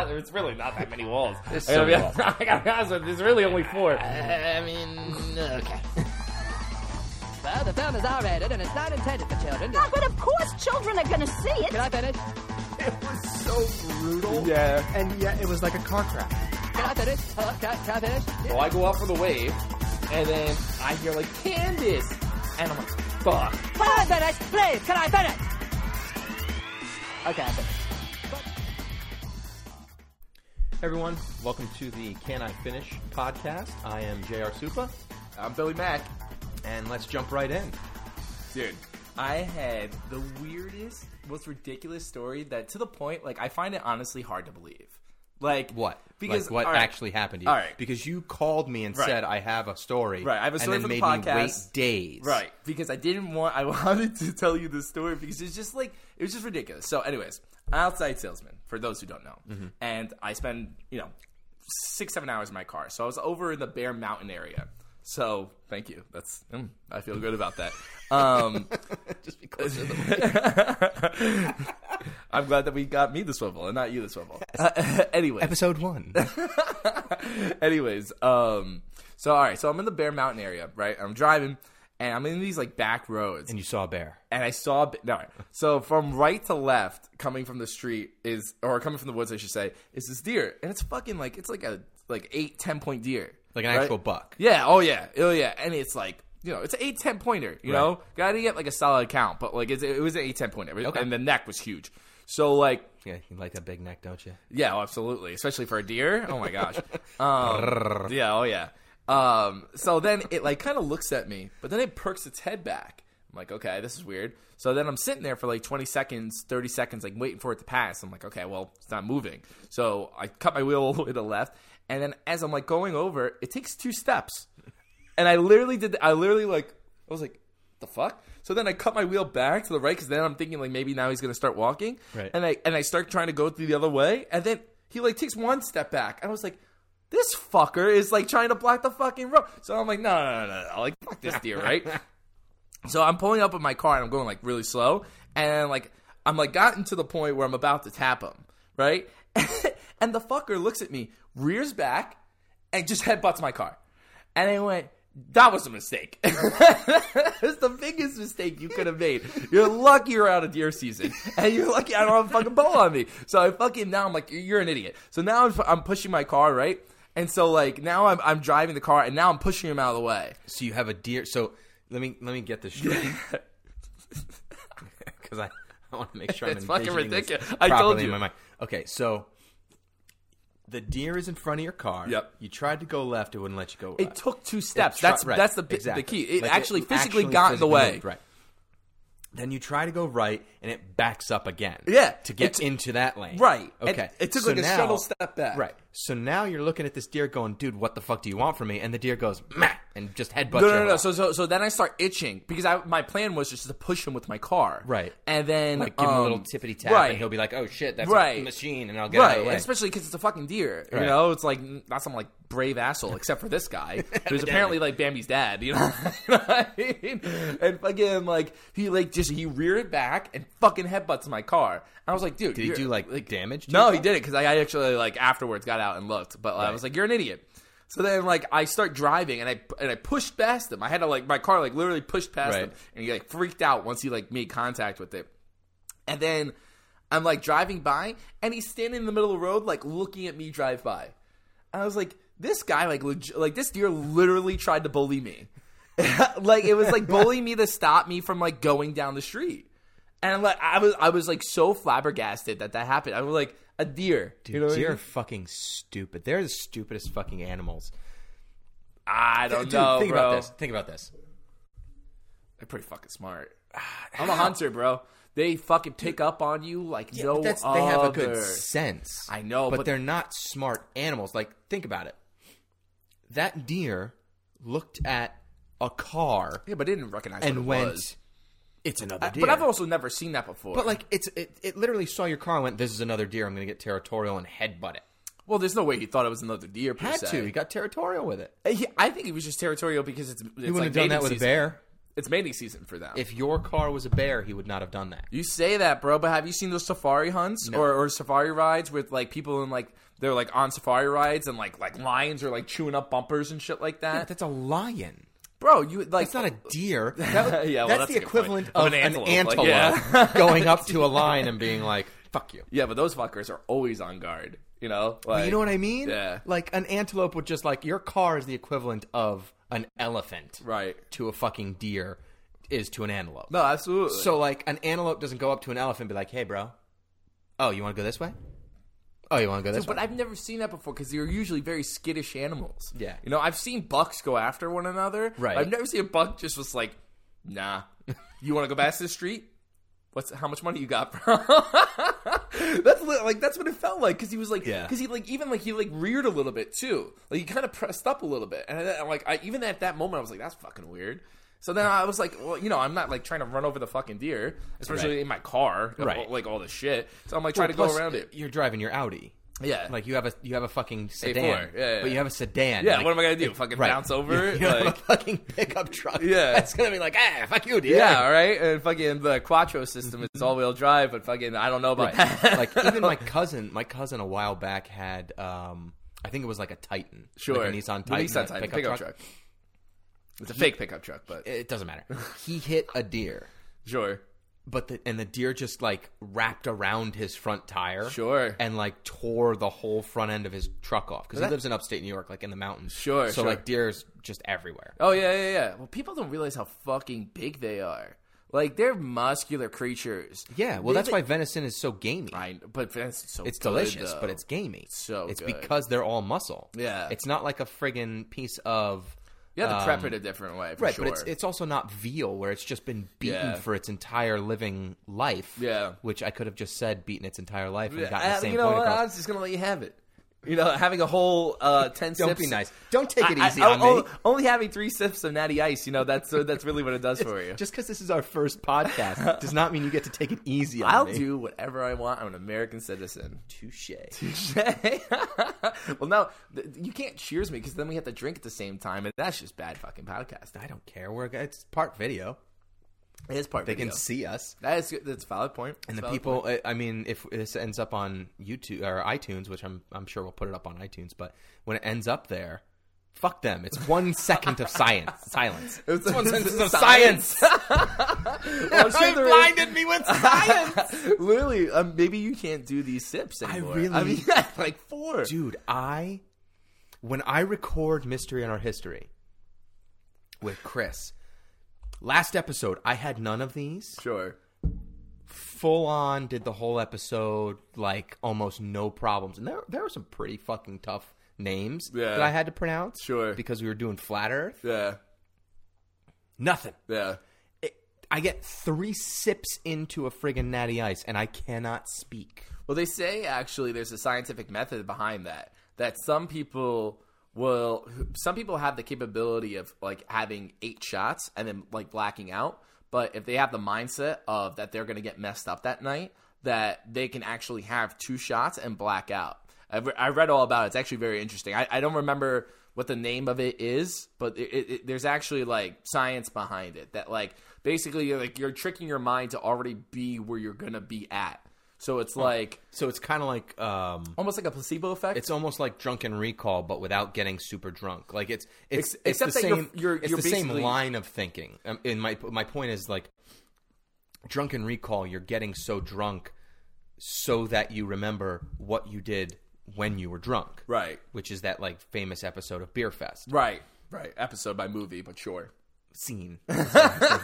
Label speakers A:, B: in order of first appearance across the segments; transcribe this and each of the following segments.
A: It's really not that many walls.
B: There's
A: I gotta, be,
B: some walls.
A: I gotta be honest with you, there's really only four.
B: I mean, okay.
C: Well, the film is R-rated and it's not intended for children.
D: Oh, but of course children are going to see it.
C: Can I finish?
E: It was so brutal.
A: Yeah.
E: And yet it was like a car crash.
C: Can I finish? Hello, can I, can I finish?
A: So I go out for the wave, and then I hear like Candace, and I'm like, fuck.
C: Can I finish? Please, can I finish? Okay, I finished.
E: Everyone, welcome to the Can I Finish podcast. I am JR Supa,
F: I'm Billy Mack.
E: and let's jump right in.
F: Dude, I had the weirdest, most ridiculous story that to the point, like, I find it honestly hard to believe. Like,
E: What?
F: Because
E: Like, what
F: all right,
E: actually happened to you?
F: All right.
E: Because you called me and
F: Right.
E: said I have a story.
F: Right, I have a story
E: and
F: for
E: then
F: the
E: made
F: podcast.
E: me wait days.
F: Right. Because I didn't want, I wanted to tell you the story because it's just like, it was just ridiculous. So, anyways, I'm an outside salesman, for those who don't know. And I spend, you know, six, seven hours in my car. So I was over in the Bear Mountain area. So, thank you. That's, mm, I feel good about that. Um,
E: Just because of the
F: I'm glad that we got me the swivel and not you the swivel. anyway,
E: episode one.
F: anyways, um, so all right, so I'm in the Bear Mountain area, right? I'm driving, and I'm in these like back roads,
E: and
F: and,
E: you saw a bear.
F: I saw. a b- No, all right. so from right to left, coming from the street is, or coming from the woods, I should say, is this deer, and it's fucking like it's like a like eight ten point deer,
E: Like an
F: right?
E: actual buck.
F: Yeah. Oh yeah. Oh yeah. And it's like you know it's an eight ten pointer. You know, gotta get like a solid count, but like it's, it was an eight ten pointer,
E: Okay.
F: and the neck was huge. So like
E: Yeah, you like that big neck, don't you?
F: yeah, oh, absolutely, especially for a deer. Oh my gosh. Um, yeah. Oh yeah. Um, so then it like kind of looks at me, but then it perks its head back. I'm like, okay, this is weird. So then I'm sitting there for like 20 seconds, 30 seconds, like waiting for it to pass. I'm like, okay, well, it's not moving. So I cut my wheel all the way to the left, and then as I'm like going over, it takes two steps, and I literally did. I literally like, I was like, the fuck. So then I cut my wheel back to the right because then I'm thinking like maybe now he's gonna start walking,
E: Right.
F: and I and I start trying to go through the other way, and then he like takes one step back, and I was like, this fucker is like trying to block the fucking road. So I'm like, no, no, no, no, no. like fuck this deer, right? so I'm pulling up in my car and I'm going like really slow, and like I'm like gotten to the point where I'm about to tap him, right? and the fucker looks at me, rears back, and just headbutts my car. And I went, that was a mistake. That's the biggest mistake you could have made. You're lucky you're out of deer season, and you're lucky I don't have a fucking bow on me. So I fucking now I'm like, you're an idiot. So now I'm, I'm pushing my car right, and so like now I'm I'm driving the car, and now I'm pushing him out of the way.
E: So you have a deer. So let me let me get this straight because I, I want to make sure I'm
F: It's fucking
E: envisioning this
F: ridiculous. I told
E: properly in
F: you.
E: my mind. Okay, so the deer is in front of your car.
F: Yep.
E: You tried to go left, it wouldn't let you go.
F: It
E: left.
F: took two steps.
E: It tri-
F: that's
E: right,
F: that's the bi-
E: exactly.
F: the key. It
E: Like,
F: actually physically
E: actually
F: got in the
E: physically
F: way.
E: moved, right. Then you try to go right, and it backs up again.
F: Yeah,
E: to get
F: it t-
E: into that lane.
F: Right.
E: Okay.
F: And it took
E: So
F: like a
E: now-
F: shuttle step back.
E: Right. So now you're looking at this deer, going, "Dude, what the fuck do you want from me?" And the deer goes, "Meh," and just headbutts.
F: No,
E: your
F: no, no. no.
E: head.
F: So, so, so then I start itching because I, my plan was just to push him with my car,
E: Right.
F: And then
E: like give him a
F: um,
E: little tippity tap,
F: right?
E: and he'll be like, "Oh shit, that's
F: Right.
E: a machine," and I'll get
F: right,
E: out of the way.
F: especially because it's a fucking deer. You
E: Right.
F: know, it's like n- not some like brave asshole, except for this guy who's apparently like Bambi's dad. You know, You know what I mean? and fucking like he like just he reared it back and fucking headbutts my car. I was like, dude,
E: Did he
F: you're-
E: do like, damage? To
F: no,
E: your
F: he did it because I I actually like afterwards got out and looked, but I was like, "You're an idiot." So then, like, I start driving and I and I pushed past him. I had to like my car like literally pushed past
E: Right.
F: him, and he like freaked out once he like made contact with it. And then I'm like driving by, and he's standing in the middle of the road, like looking at me drive by. And I was like, this guy, like, leg- like this deer literally tried to bully me. like it was like bullying me to stop me from like going down the street. And like I was, I was like so flabbergasted that that happened. I was like a deer.
E: Dude,
F: you know what I
E: deer are
F: mean?
E: fucking stupid. They're the stupidest fucking animals.
F: I don't
E: Dude,
F: know,
E: think
F: Oh, bro.
E: about this. Think about this.
F: They're pretty fucking smart. I'm a hunter, bro. They fucking pick up on you like
E: Yeah,
F: no
E: but that's,
F: other.
E: they have a good sense.
F: I know,
E: but,
F: but-
E: they're not smart animals. Like, think about it. That deer looked at a car
F: Yeah, but they didn't recognize what
E: and
F: it
E: went,
F: was.
E: "It's another
F: I-
E: deer."
F: But I've also never seen that before.
E: But, like, it's it, it literally saw your car and went, "This is another deer. I'm going to get territorial and headbutt it."
F: well, there's no way he thought it was another deer. Per
E: Had
F: se.
E: to. He got territorial with it.
F: He- I think he was just territorial because it's. it's
E: He
F: like
E: wouldn't have done
F: mating
E: that with a
F: season.
E: bear.
C: It's mating season for them.
E: If your car was a bear, he would not have done that.
C: You say that, bro, but have you seen those safari hunts or, or safari rides with like people in like they're like on safari rides and like like lions are like chewing up bumpers and shit like that?
E: That's a lion.
C: bro, you like
E: That's not a deer.
C: Yeah, well,
E: that's,
C: that's a
E: the
C: good point.
E: equivalent of,
C: Of an
E: an antelope,
C: antelope, like, yeah.
E: going up to a lion and being like, "Fuck you."
C: Yeah, but those fuckers are always on guard. You know, like,
E: you know what I mean?
C: Yeah.
E: Like an antelope would just like your car is the equivalent of an elephant
C: Right.
E: to a fucking deer is to an antelope.
C: No, absolutely.
E: So like an antelope doesn't go up to an elephant and be like, "Hey, bro. Oh, you want to go this way? Oh, you want to go this way?"
C: But I've never seen that before because they're usually very skittish animals.
E: Yeah.
C: You know, I've seen bucks go after one another.
E: Right.
C: I've never seen a buck just was like, nah, you want to go past this street? What's how much money you got, bro? that's li- like that's what it felt like because he was like,
E: Yeah.
C: because he like even like he like reared a little bit too, like he kind of pressed up a little bit, and I, I'm like I, even at that moment I was like, that's fucking weird. So then I was like, well, you know, I'm not like trying to run over the fucking deer, especially
E: Right.
C: in my car,
E: Right.
C: Like all the shit. So I'm like trying to
E: Plus,
C: go around it.
E: You're driving your Audi.
C: Yeah,
E: Like you have a you have a fucking sedan,
C: yeah, yeah.
E: but you have a sedan.
C: Yeah,
E: Like,
C: what am I gonna do? Fucking
E: right.
C: bounce over it?
E: You have
C: Like,
E: a fucking pickup truck.
C: Yeah.
E: that's gonna be like, ah, fuck you, dude.
C: yeah, all right. And fucking the Quattro system is all-wheel drive, but fucking I don't know about that.
E: Mm-hmm. like even my cousin, my cousin a while back had, um, I think it was like a Titan, like
C: sure,
E: a Nissan
C: The
E: Titan,
C: Nissan
E: that
C: Titan pickup, truck. It's a fake pickup truck, but
E: It doesn't matter. He hit a deer,
C: sure,
E: but the, and the deer just like wrapped around his front tire,
C: Sure.
E: and like tore the whole front end of his truck off because he
C: that-
E: lives in upstate New York, like in the mountains,
C: Sure,
E: So
C: sure.
E: like deer's just everywhere.
C: Oh yeah, yeah, yeah. Well, people don't realize how fucking big they are. Like they're muscular creatures.
E: Yeah, well,
C: They-
E: that's why venison is so gamey.
C: I, but that's so
E: It's
C: good,
E: delicious,
C: though.
E: but it's gamey.
C: So
E: it's
C: good.
E: because they're all muscle.
C: Yeah.
E: it's not like a friggin' piece of
C: you have to prep
E: um,
C: it a different way, for
E: right,
C: sure.
E: but it's it's also not veal where it's just been beaten
C: Yeah.
E: for its entire living life.
C: Yeah.
E: which I could have just said beaten its entire life and gotten
C: I-
E: the same
C: uh, you know
E: point
C: what? I
E: across.
C: was just gonna let you have it. You know, having a whole uh, ten.
E: Don't
C: sips
E: be nice. Don't take it
C: I- I-
E: easy
C: o-
E: on
C: o-
E: me.
C: Only, having three sips of natty ice, you know, that's uh, that's really what it does for you.
E: Just because this is our first podcast does not mean you get to take it easy. on
C: I'll
E: me.
C: do whatever I want. I'm an American citizen.
E: touche.
C: well, no, th- you can't cheers me because then we have to drink at the same time, and that's just bad fucking podcast.
E: I don't care. We're it's part video.
C: It is part.
E: They can
C: video.
E: see us.
C: That is good. That's a valid point.
E: And
C: That's
E: the
C: a valid
E: people, I, I mean, if this ends up on YouTube or iTunes, which I'm I'm sure we'll put it up on iTunes, but when it ends up there, fuck them. It's one second of science, silence.
C: It's
E: one
C: sentence
E: sentence of
C: of
E: science.
C: point. Well, I'm sure
E: You
C: there is-
E: blinded me with science,
C: Literally, um, maybe you can't do these sips anymore. I
E: really-
C: mean, like four.
E: dude. I when I record mystery on our history with Chris last episode, I had none of these.
C: Sure.
E: full on did the whole episode like almost no problems, and there there were some pretty fucking tough names
C: Yeah.
E: that I had to pronounce,
C: Sure.
E: because we were doing flat Earth.
C: Yeah.
E: Nothing.
C: Yeah.
E: It, I get three sips into a friggin' natty ice, and I cannot speak.
C: Well, they say actually there's a scientific method behind that. That some people will, some people have the capability of like having eight shots and then like blacking out. But if they have the mindset of that they're going to get messed up that night, that they can actually have two shots and black out. I've, re- I read all about it. It's actually very interesting. I, I don't remember what the name of it is, but it, it, it, there's actually like science behind it that like basically you're like you're tricking your mind to already be where you're going to be at. So it's like
E: So it's kind of like um,
C: almost like a placebo effect.
E: it's almost like drunken recall, but without getting super drunk. Like it's it's,
C: Ex-
E: it's
C: except
E: the
C: that
E: same.
C: you're- you're-
E: it's
C: you're
E: the same
C: basically-
E: line of thinking. Um, and my my point is like drunken recall. You're getting so drunk so that you remember what you did when you were drunk,
C: right,
E: Which is that like famous episode of Beer Fest
C: right, right. Episode by movie, but sure.
E: scene.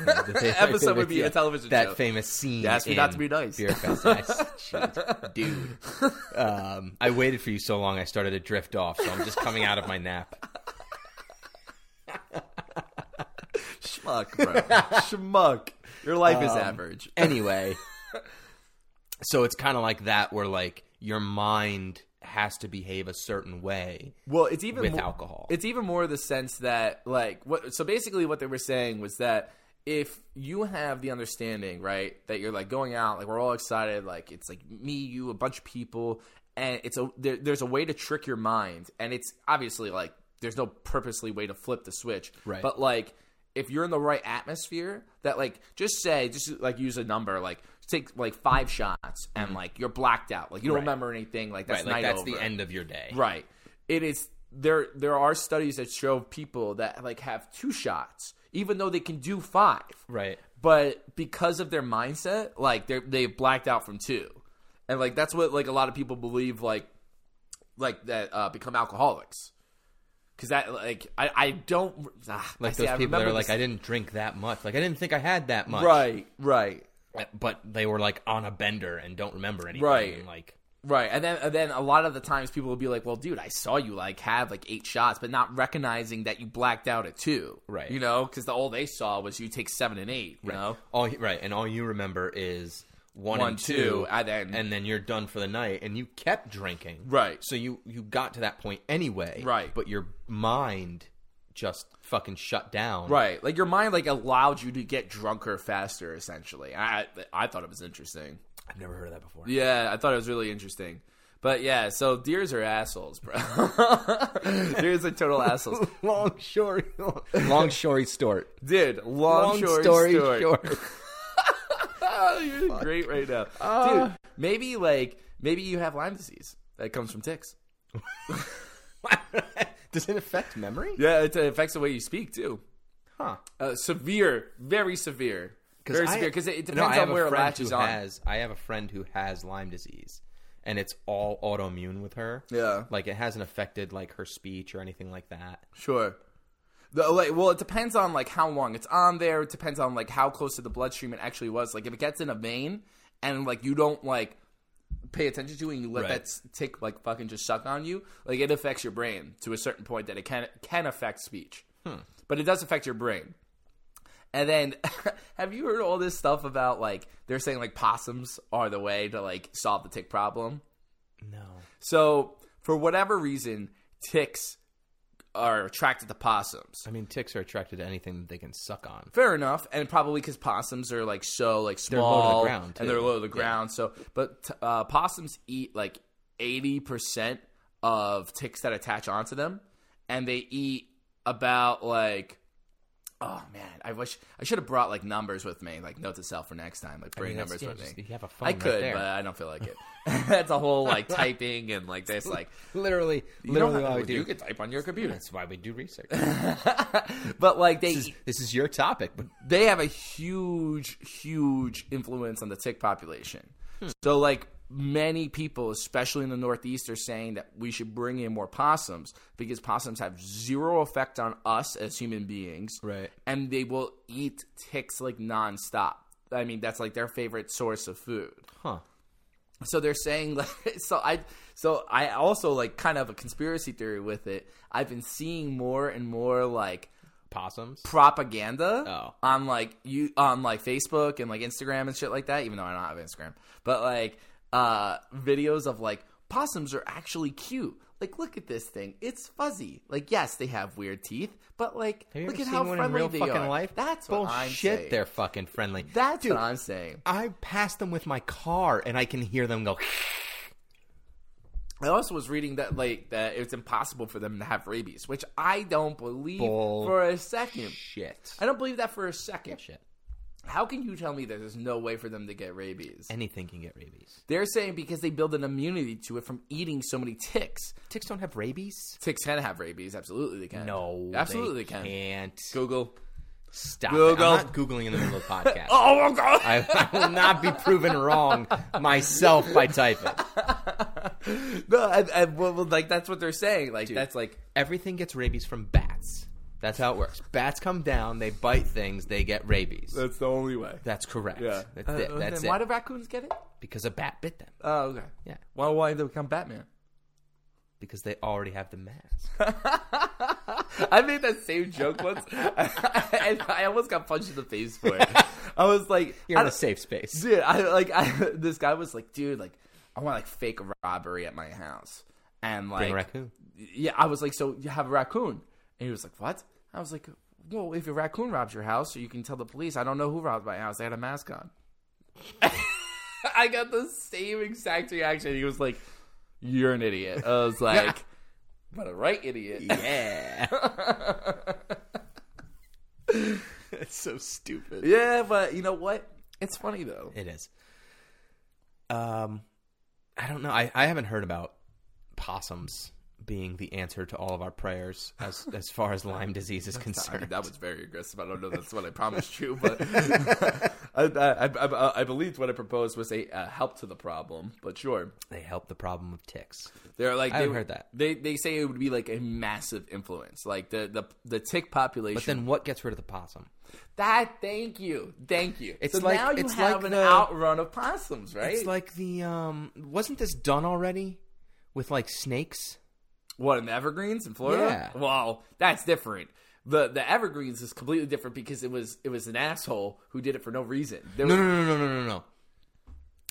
E: episode
C: would be a television
E: That
C: show.
E: famous scene.
C: You asked me
E: in
C: not to be nice.
E: Beer Fest. I- Jeez, dude. Um, I waited for you so long. I started to drift off, so I'm just coming out of my nap.
C: Schmuck, bro. Um, Schmuck. Your life is average.
E: anyway so it's kind of like that where like your mind has to behave a certain way
C: Well, it's even
E: with
C: more,
E: alcohol.
C: It's even more the sense that like what. So basically, what they were saying was that if you have the understanding, right, that you're like going out, like we're all excited, like it's like me, you, a bunch of people, and it's a there, there's a way to trick your mind, and it's obviously like there's no purposely way to flip the switch,
E: Right.
C: But like if you're in the right atmosphere, that like just say, just like use a number, like take like five shots and like you're blacked out, like you don't
E: Mm-hmm. Right.
C: remember anything, like that's
E: right, like
C: night
E: that's the
C: over.
E: end of your day.
C: Right. It is there there are studies that show people that like have two shots even though they can do five.
E: Right.
C: But because of their mindset, like they are they've blacked out from two. And like that's what like a lot of people believe like like that uh become alcoholics. Cuz that like I I don't ah,
E: Like
C: I see, I
E: those people that
C: remember
E: are like,
C: this-
E: I didn't drink that much. Like I didn't think I had that much.
C: Right, right.
E: But they were like on a bender and don't remember anything.
C: Right.
E: And like
C: Right, and then and then a lot of the times people will be like, "Well, dude, I saw you like have like eight shots, but not recognizing that you blacked out at two,
E: Right.
C: You know, because the, all they saw was you take seven and eight, you know.
E: all right, and all you remember is one,
C: One,
E: and
C: two,
E: two,
C: and then-
E: and then you're done for the night, and you kept drinking.
C: Right.
E: So you you got to that point anyway.
C: Right.
E: But your mind just fucking shut down.
C: Right, like your mind like allowed you to get drunker faster, essentially. I I thought it was interesting.
E: I've never heard of that before.
C: Yeah, I thought it was really interesting. But yeah, so deers are assholes, bro. deers are total assholes,
E: Long story, long story short.
C: dude. Long, story, short.
E: short.
C: Oh, you're great right now,
E: Ah.
C: dude. Maybe like maybe you have Lyme disease that comes from ticks.
E: Does it affect memory?
C: Yeah, it uh, affects the way you speak too.
E: Huh.
C: Uh, severe, very severe, very severe. Because it, it
E: No,
C: depends
E: I have
C: on
E: a
C: where it
E: friend
C: latches
E: who
C: on.
E: Has, I have a friend who has Lyme disease, and it's all autoimmune with her.
C: Yeah.
E: like it hasn't affected like her speech or anything like that.
C: Sure. The, like, well, it depends on like how long it's on there. It depends on like how close to the bloodstream it actually was. Like if it gets in a vein and like you don't like pay attention to it and you let
E: Right.
C: that s- tick like fucking just suck on you, like it affects your brain to a certain point that it can can affect speech. But it does affect your brain. And then, have you heard all this stuff about like they're saying like possums are the way to like solve the tick problem?
E: No,
C: So for whatever reason, ticks are attracted to possums.
E: I mean ticks are attracted to anything that they can suck on.
C: Fair enough, and probably because possums are like so like
E: They're low to the
C: small
E: ground,
C: and
E: too.
C: they're low to the ground. So, but t- uh, possums eat like eighty percent of ticks that attach onto them, and they eat about like. Oh man, I wish I should have brought like numbers with me, like note to self for next time, like brain
E: mean,
C: numbers
E: that's-
C: with
E: yeah,
C: me.
E: just- you have a phone
C: I
E: right
C: could,
E: there.
C: but I don't feel like it. That's a whole like typing and like this like
E: Literally,
C: you don't
E: literally,
C: have-
E: all I
C: you
E: do.
C: can type on your computer.
E: That's why we do research.
C: But like they
E: this, is, this is your topic, but
C: they have a huge, huge influence on the tick population. So, like, many people, especially in the Northeast, are saying that we should bring in more possums because possums have zero effect on us as human beings.
E: Right.
C: And they will eat ticks like nonstop. I mean, that's like their favorite source of food.
E: huh?
C: So they're saying like so I so I also like kind of a conspiracy theory with it. I've been seeing more and more like
E: Possums.
C: propaganda
E: Oh.
C: on like you on like Facebook and like Instagram and shit like that. Even though I don't have Instagram, but like uh, videos of like possums are actually cute. Like, look at this thing; it's fuzzy. Like, yes, they have weird teeth, but like,
E: Have you
C: look
E: ever
C: at
E: seen
C: how
E: one
C: friendly
E: in real
C: they
E: fucking
C: are.
E: life?
C: That's what I'm
E: bullshit.
C: saying.
E: They're fucking friendly.
C: That's
E: Dude,
C: what I'm saying.
E: I pass them with my car, and I can hear them go.
C: I also was reading that like that it's impossible for them to have rabies, which I don't believe
E: Bull-
C: for a second.
E: Shit.
C: I don't believe that for a second.
E: Shit.
C: How can you tell me that there's no way for them to get rabies?
E: Anything can get rabies.
C: They're saying because they build an immunity to it from eating so many ticks.
E: Ticks don't have rabies.
C: Ticks can have rabies. Absolutely, they can.
E: No, they
C: absolutely, they can.
E: can't.
C: Google.
E: Stop.
C: Google.
E: It. I'm not googling in the middle of the podcast.
C: Oh my god!
E: I, I will not be proven wrong myself by typing.
C: no, and, and, well, well, like that's what they're saying. Like that's like
E: Everything gets rabies from bats. That's how it works. Bats come down, they bite things, they get rabies.
C: that's the only way.
E: That's correct. That's it. That's
C: Why
E: it.
C: do raccoons get it?
E: because a bat bit them.
C: Oh, okay.
E: Yeah.
C: Why? Why did they become Batman?
E: Because they already have the mask.
C: I made that same joke once, and I almost got punched in the face for it. I was like,
E: You're
C: I
E: in a
C: don't-
E: safe space.
C: dude i like I, this guy was like dude like i want like fake a robbery at my house and like
E: Bring a raccoon.
C: yeah i was like so you have a raccoon and he was like what i was like well if a raccoon robs your house you can tell the police i don't know who robbed my house they had a mask on i got the same exact reaction he was like you're an idiot i was like but a right idiot
E: Yeah. It's so stupid.
C: Yeah, but you know what? It's funny though.
E: It is. Um, I don't know. I, I haven't heard about possums being the answer to all of our prayers as as far as Lyme disease is
C: I mean,
E: concerned.
C: that was very aggressive. I don't know. if That's what I promised you, but I, I, I, I believed what I proposed was a uh, help to the problem. But sure,
E: They help the problem of ticks.
C: they're like
E: I
C: they
E: haven't heard that.
C: They they say it would be like a massive influence, like the the the tick population.
E: But then what gets rid of the possum?
C: that thank you, thank you.
E: It's
C: so
E: like-
C: now you
E: it's
C: have
E: like
C: an
E: the-
C: outrun of possums, right?
E: It's like the um wasn't this done already with like snakes?
C: What in the evergreens in Florida?
E: Yeah.
C: Wow, that's different. The the evergreens is completely different because it was it was an asshole who did it for no reason. There
E: No,
C: was-
E: no, no, no, no, no, no.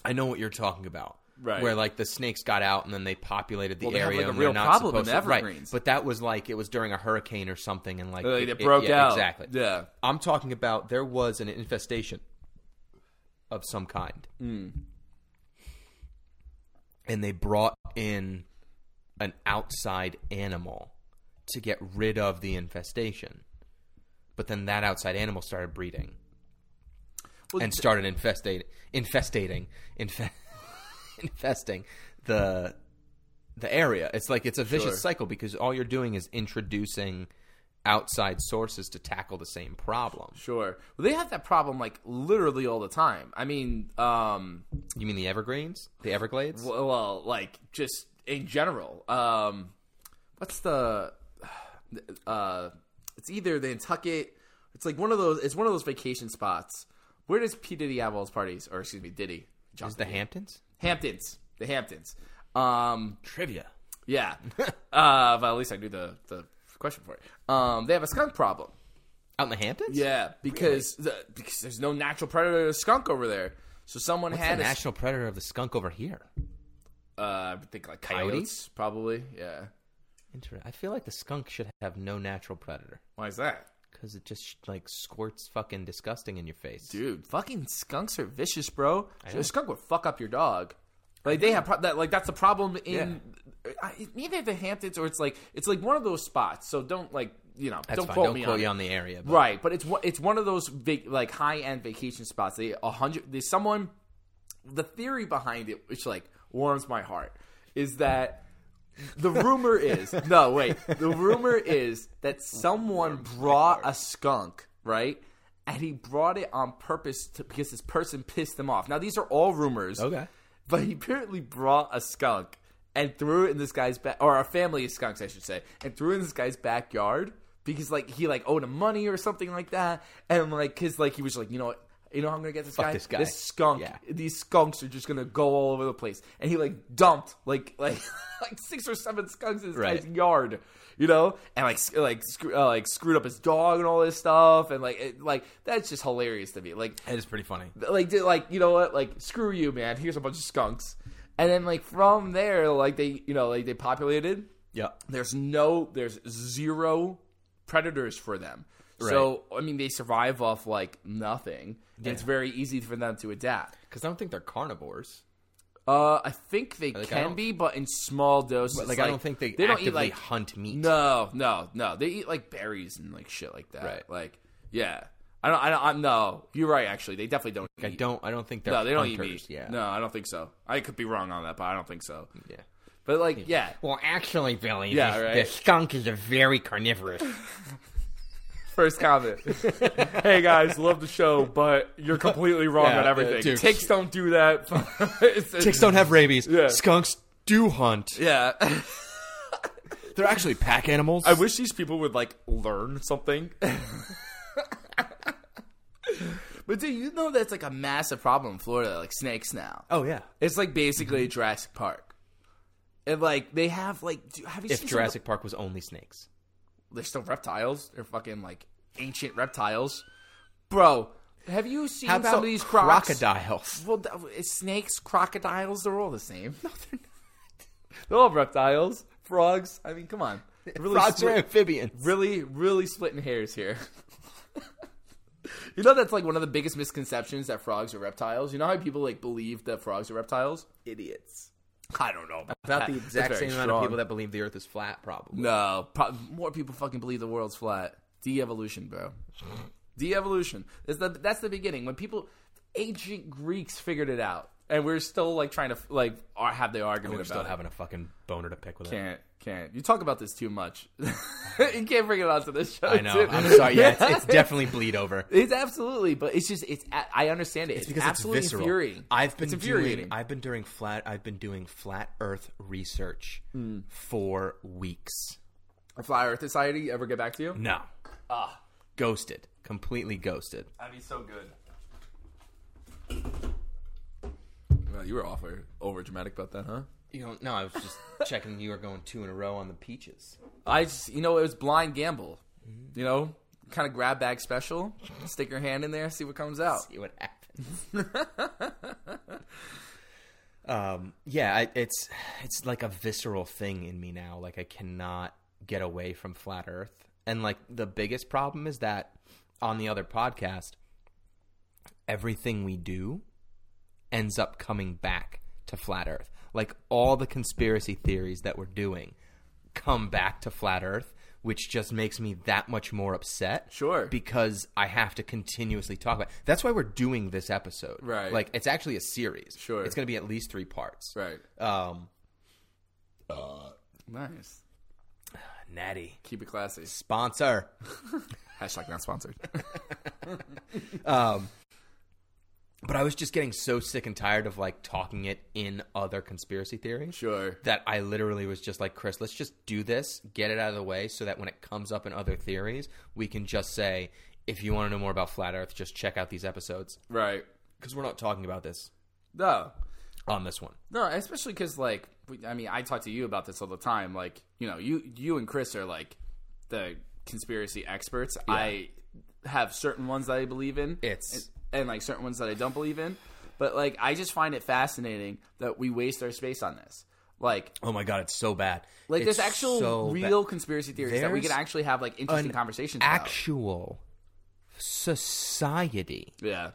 E: I know what you're talking about.
C: Right.
E: Where like the snakes got out and then they populated the
C: Well, they had,
E: area
C: like, a
E: and they're
C: real
E: not
C: problem in
E: supposed to. Right.
C: Evergreens.
E: But that was like it was during a hurricane or something and like,
C: Like, it broke
E: yeah,
C: out.
E: Exactly.
C: Yeah.
E: I'm talking about there was an infestation of some kind. And they brought in an outside animal to get rid of the infestation. But then that outside animal started breeding
C: Well,
E: and started infestating, infestating, infe- infesting the the area. It's like it's a vicious
C: Sure.
E: cycle because all you're doing is introducing outside sources to tackle the same problem.
C: Sure. Well, they have that problem like literally all the time. I mean, um,
E: You mean the Evergreens, the Everglades?
C: well, well, like just in general. Um, what's the? Uh, it's either Nantucket. It's like one of those. It's one of those vacation spots. Where does P Diddy have all his parties? Or excuse me, Diddy. John
E: Is the
C: Diddy.
E: Hamptons
C: Hamptons? The Hamptons. Um,
E: trivia?
C: yeah. uh, but at least I knew the the question for it. Um, they have a skunk problem.
E: Out in the Hamptons?
C: Yeah, because the, because there's no natural predator of skunk over there. So someone
E: What's the
C: had a, s-
E: national predator of the skunk over here?
C: uh, I would think like coyotes,
E: Coyotes?
C: probably. Yeah.
E: Interesting. I feel like the skunk should have no natural predator
C: Why is that,
E: because it just like squirts fucking disgusting in your face.
C: dude? Fucking skunks are vicious, bro. So a skunk would fuck up your dog. Like they have pro- that. Like that's the problem in I, neither the Hamptons or it's like it's like one of those spots. So don't like you know
E: That's
C: don't
E: fine.
C: quote
E: Don't
C: me
E: quote
C: on
E: you
C: it.
E: on the area. But
C: Right, but it's one- it's one of those vac- like high end vacation spots. They a hundred. There's someone. The theory behind it, which like warms my heart, is that the rumor is no wait. The rumor is that someone brought a skunk right, and he brought it on purpose to, because this person pissed him off. Now these are all rumors.
E: Okay.
C: But he apparently brought a skunk and threw it in this guy's back, or a family of skunks, I should say, and threw it in this guy's backyard because like he like owed him money or something like that, and like because like he was like you know. what- You know how I'm gonna get this guy?
E: this guy.
C: skunk.
E: Yeah.
C: These skunks are just gonna go all over the place. And he like dumped like like like six or seven skunks in this
E: Right.
C: guy's yard, you know, and like sc- like screw, uh, like screwed up his dog and all this stuff. And like it, like that's just hilarious to me. Like
E: It is pretty funny.
C: like did, like you know what like screw you man here's a bunch of skunks and then like from there like they you know like they populated
E: Yeah.
C: there's no there's zero predators for them so i mean they survive off like nothing and it's very easy for them to adapt
E: Because I don't think they're carnivores.
C: uh i think they
E: Like, I
C: can
E: don't-
C: be but in small doses
E: But, like, I don't think they,
C: don't
E: actively
C: eat like
E: hunt meat.
C: no no no they eat like berries and like shit like that
E: Right.
C: like yeah i don't i don't I, no you're right actually they definitely don't
E: I
C: eat.
E: don't. I don't think they're.
C: No, they don't eat
E: hunters.
C: meat.
E: Yeah. Mm.
C: No, I don't think so. I could be wrong on that, but I don't think so.
E: Yeah.
C: But like, yeah,
B: Well, actually, Billy,
C: Yeah,
B: the,
C: right.
B: the skunk is a very carnivorous.
C: first comment. hey guys, love the show, but you're completely wrong
E: Yeah,
C: on everything.
E: uh, dude.
C: Ticks don't do that. It's- it's-
E: Ticks don't have rabies.
C: Yeah.
E: Skunks do hunt.
C: Yeah,
E: They're actually pack animals.
C: I wish these people would like learn something. but do you know that's like a massive problem in Florida? Like snakes now.
E: Oh yeah.
C: It's like basically a
E: Mm-hmm.
C: Jurassic Park. And like they have like, do, have you
E: If
C: seen some of the-
E: Jurassic Park was only snakes,
C: they're still reptiles. They're fucking like ancient reptiles, bro. Have you seen
E: how about
C: some of these crocs?
E: crocodiles?
C: Well, th- it's snakes, crocodiles, they're all the same. No, they're not. they're all reptiles, frogs. I mean, come on. Really,
E: Frogs are
C: split,
E: amphibians.
C: really, really splitting hairs here. you know that's like one of the biggest misconceptions that frogs are reptiles. You know how people like believe that frogs are reptiles?
E: Idiots.
C: I don't know. About
E: About
C: that.
E: the
C: That's
E: exact
C: very
E: same amount of
C: strong.
E: people that believe the Earth is flat, probably.
C: No, prob more people fucking believe the world's flat. De-evolution, bro. De-evolution. That's the that's the beginning when people ancient Greeks figured it out, and we're still like trying to like ar- have the argument
E: We're
C: about
E: still
C: it.
E: having a fucking boner to pick with it.
C: Can't can't. You talk about this too much. you can't bring it onto this show.
E: I know.
C: too.
E: I'm sorry. Yeah, it's, it's definitely bleed over.
C: It's absolutely, but it's just it's. a- I understand it. It's,
E: because
C: absolutely
E: it's visceral.
C: infuriating.
E: I've been
C: it's infuriating.
E: doing I've been doing flat I've been doing flat Earth research for weeks.
C: A Flat Earth Society ever get back to you?
E: No, Ah. ghosted, completely ghosted.
C: That'd be so good. Well, you were off over dramatic about that, huh?
E: You know, no, I was just checking. You were going two in a row on the peaches.
C: I just, you know, it was blind gamble. You know, kind of grab bag special. Stick your hand in there, see what comes out.
E: See what happens. um, yeah, I, it's it's like a visceral thing in me now. Like I cannot get away from flat Earth, and like the biggest problem is that on the other podcast, everything we do ends up coming back to flat Earth. Like all the conspiracy theories that we're doing come back to flat Earth. Which just makes me that much more upset.
C: Sure.
E: Because I have to continuously talk about That's why we're doing this episode.
C: Right.
E: Like, it's actually a series.
C: Sure.
E: It's going to be at least three parts.
C: Right.
E: Um,
C: Nice.
E: Natty.
C: Keep it classy.
E: Sponsor.
C: Hashtag not sponsored.
E: But I was just getting so sick and tired of like talking it in other conspiracy theories.
C: Sure.
E: That I literally was just like, Chris, let's just do this, get it out of the way so that when it comes up in other theories, we can just say, if you want to know more about Flat Earth, just check out these episodes.
C: right.
E: Because we're not talking about this
C: No.
E: on this one.
C: No, especially because like we- I mean, I talk to you about this all the time. Like you know, you you and Chris are like the conspiracy experts. I have certain ones that I believe in.
E: It's-
C: and, and, like certain ones that I don't believe in. But like, I just find it fascinating that we waste our space on this. Like,
E: Oh my God, it's so bad.
C: like
E: It's
C: there's actual
E: so bad.
C: real conspiracy theories that we
E: There's
C: can actually have like interesting
E: an
C: conversations
E: Actual society.
C: about. Yeah.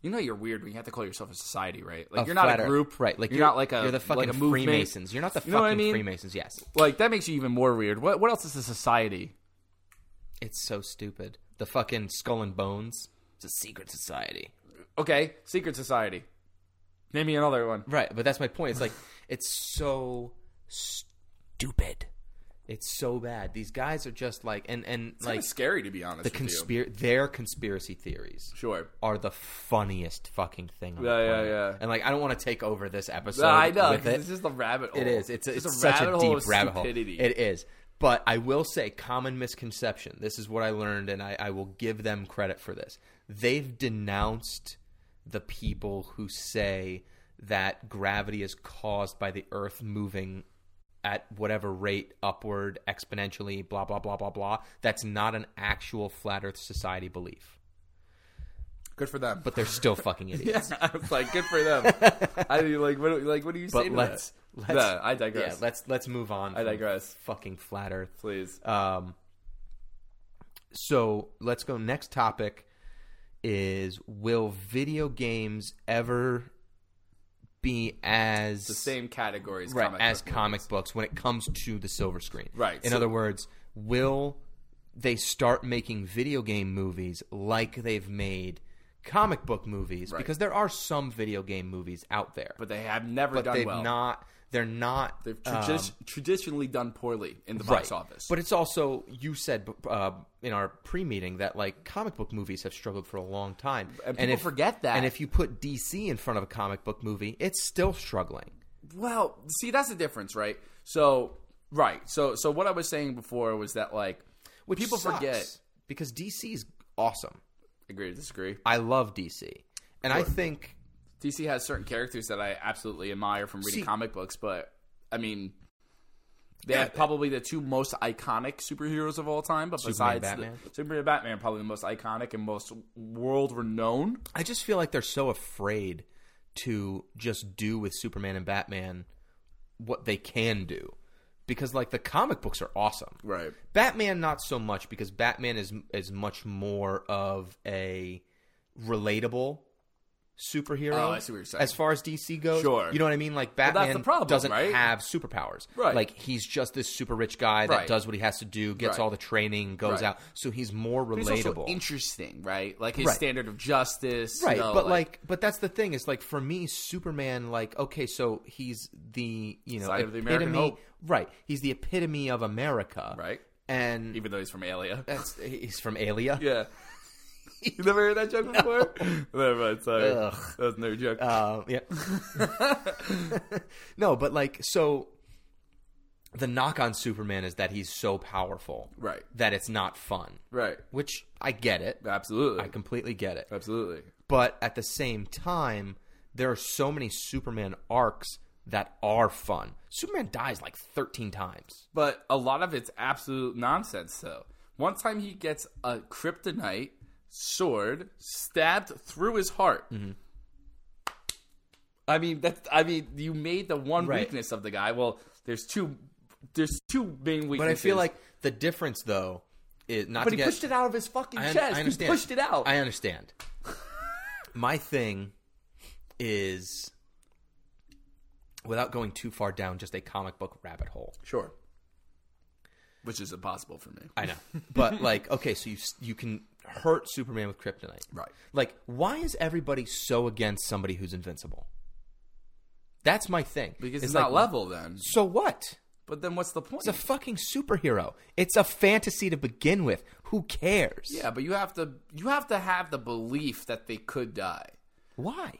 C: You know you're weird when you have to call yourself a society, right? Like
E: of
C: you're not
E: Flat
C: a
E: Earth.
C: group,
E: right? Like
C: you're, not like a
E: you're the fucking
C: like a movement.
E: Freemasons. You're not the
C: You know
E: fucking
C: what I mean?
E: Freemasons. Yes,
C: Like that makes you even more weird. What what else is a society?
E: it's so stupid. The fucking Skull and Bones. It's a secret society,
C: Okay, secret society. Name me another one.
E: right? But that's my point. It's like it's so stupid. It's so bad. These guys are just like and and like
C: scary to be honest.
E: the conspir their conspiracy theories.
C: Sure.
E: Are the funniest fucking thing. On
C: Yeah,
E: the
C: yeah,
E: planet.
C: yeah.
E: And like, I don't want to take over this episode.
C: I know.
E: with
C: 'cause
E: it.
C: It's just a rabbit hole.
E: It is. It's,
C: Just
E: it's such a deep
C: of
E: rabbit hole.
C: stupidity.
E: It is. But I will say, common misconception. This is what I learned, and I, I will give them credit for this. They've denounced the people who say that gravity is caused by the Earth moving at whatever rate upward exponentially, blah, blah, blah, blah, blah. That's not an actual Flat Earth Society belief.
C: Good for them.
E: But they're still fucking idiots.
C: I was like, good for them. I mean, like, what, do- like, what do you
E: But
C: say to
E: let's, let's
C: that? No, I digress.
E: Yeah, let's let's move on.
C: I
E: from
C: digress.
E: Fucking flat Earth.
C: Please.
E: Um, so let's go. Next topic is: Will video games ever be as
C: the same categories.
E: right
C: comic
E: as
C: book
E: comic books when it comes to the silver screen?
C: Right,
E: In
C: so-
E: other words, will they start making video game movies like they've made comic book movies?
C: Right.
E: Because there are some video game movies out there,
C: but they have never
E: but
C: done
E: they've
C: well.
E: not. They're not.
C: They've
E: um,
C: tradi- traditionally done poorly in the box office.
E: But it's also you said uh, in our pre-meeting that like comic book movies have struggled for a long time,
C: And people forget that.
E: And if you put DC in front of a comic book movie, it's still struggling.
C: Well, see, that's the difference, right? So, right. So, so what I was saying before was that like
E: Which
C: people
E: sucks,
C: forget.
E: because DC is awesome.
C: Agree to disagree.
E: I love DC, and I think
C: DC has certain characters that I absolutely admire from reading
E: See-
C: comic books, but I mean, they
E: Yeah.
C: have probably the two most iconic superheroes of all time. But
E: Superman,
C: besides
E: Batman.
C: the, Superman, and Batman, are probably the most iconic and most world renowned.
E: I just feel like they're so afraid to just do with Superman and Batman what they can do because like the comic books are awesome.
C: Right.
E: Batman not so much because Batman is is much more of a relatable superhero.
C: Oh, I see what you're saying.
E: As far as DC goes,
C: Sure.
E: You know what I mean? Like Batman
C: the problem,
E: doesn't
C: right?
E: have superpowers.
C: Right.
E: Like he's just this super rich guy that
C: Right.
E: does what he has to do, gets
C: Right.
E: all the training, goes
C: Right.
E: out. So he's more
C: But he's
E: relatable.
C: also interesting, right? Like his
E: Right.
C: standard of justice, you
E: right
C: know,
E: but like, but that's the thing is like for me superman like okay so he's the you know
C: Side of the American hope.
E: right he's the epitome of america
C: Right.
E: and
C: even though he's from Alia.
E: that's he's from alia
C: Yeah. you never heard that joke before? Never mind, sorry.
E: Ugh.
C: That was no joke.
E: Um, yeah. no, but like so the knock on Superman is that he's so powerful.
C: Right.
E: That it's not fun.
C: right.
E: Which I get it.
C: Absolutely.
E: I completely get it.
C: Absolutely.
E: But at the same time, there are so many Superman arcs that are fun. Superman dies like 13 times.
C: But a lot of it's absolute nonsense, though. One time he gets a kryptonite sword stabbed through his heart.
E: Mm-hmm.
C: I mean, that's. I mean, you made the one
E: Right.
C: weakness of the guy. Well, there's two. There's two main weaknesses.
E: But I feel like the difference though is not
C: But
E: to
C: he
E: get
C: pushed it out of his fucking
E: I un-
C: chest.
E: I
C: he
E: understand.
C: pushed it out.
E: I understand. My thing is, without going too far down, just a comic book rabbit hole.
C: sure. Which is impossible for me.
E: I know, but like, okay, so you s- you can hurt Superman with kryptonite,
C: Right.
E: Like, why is everybody so against somebody who's invincible? That's my thing.
C: Because it's,
E: like,
C: not level then.
E: So what?
C: But then what's the point?
E: It's a fucking superhero. It's a fantasy to begin with. Who cares?
C: yeah, but you have to you have to have the belief that they could die
E: Why?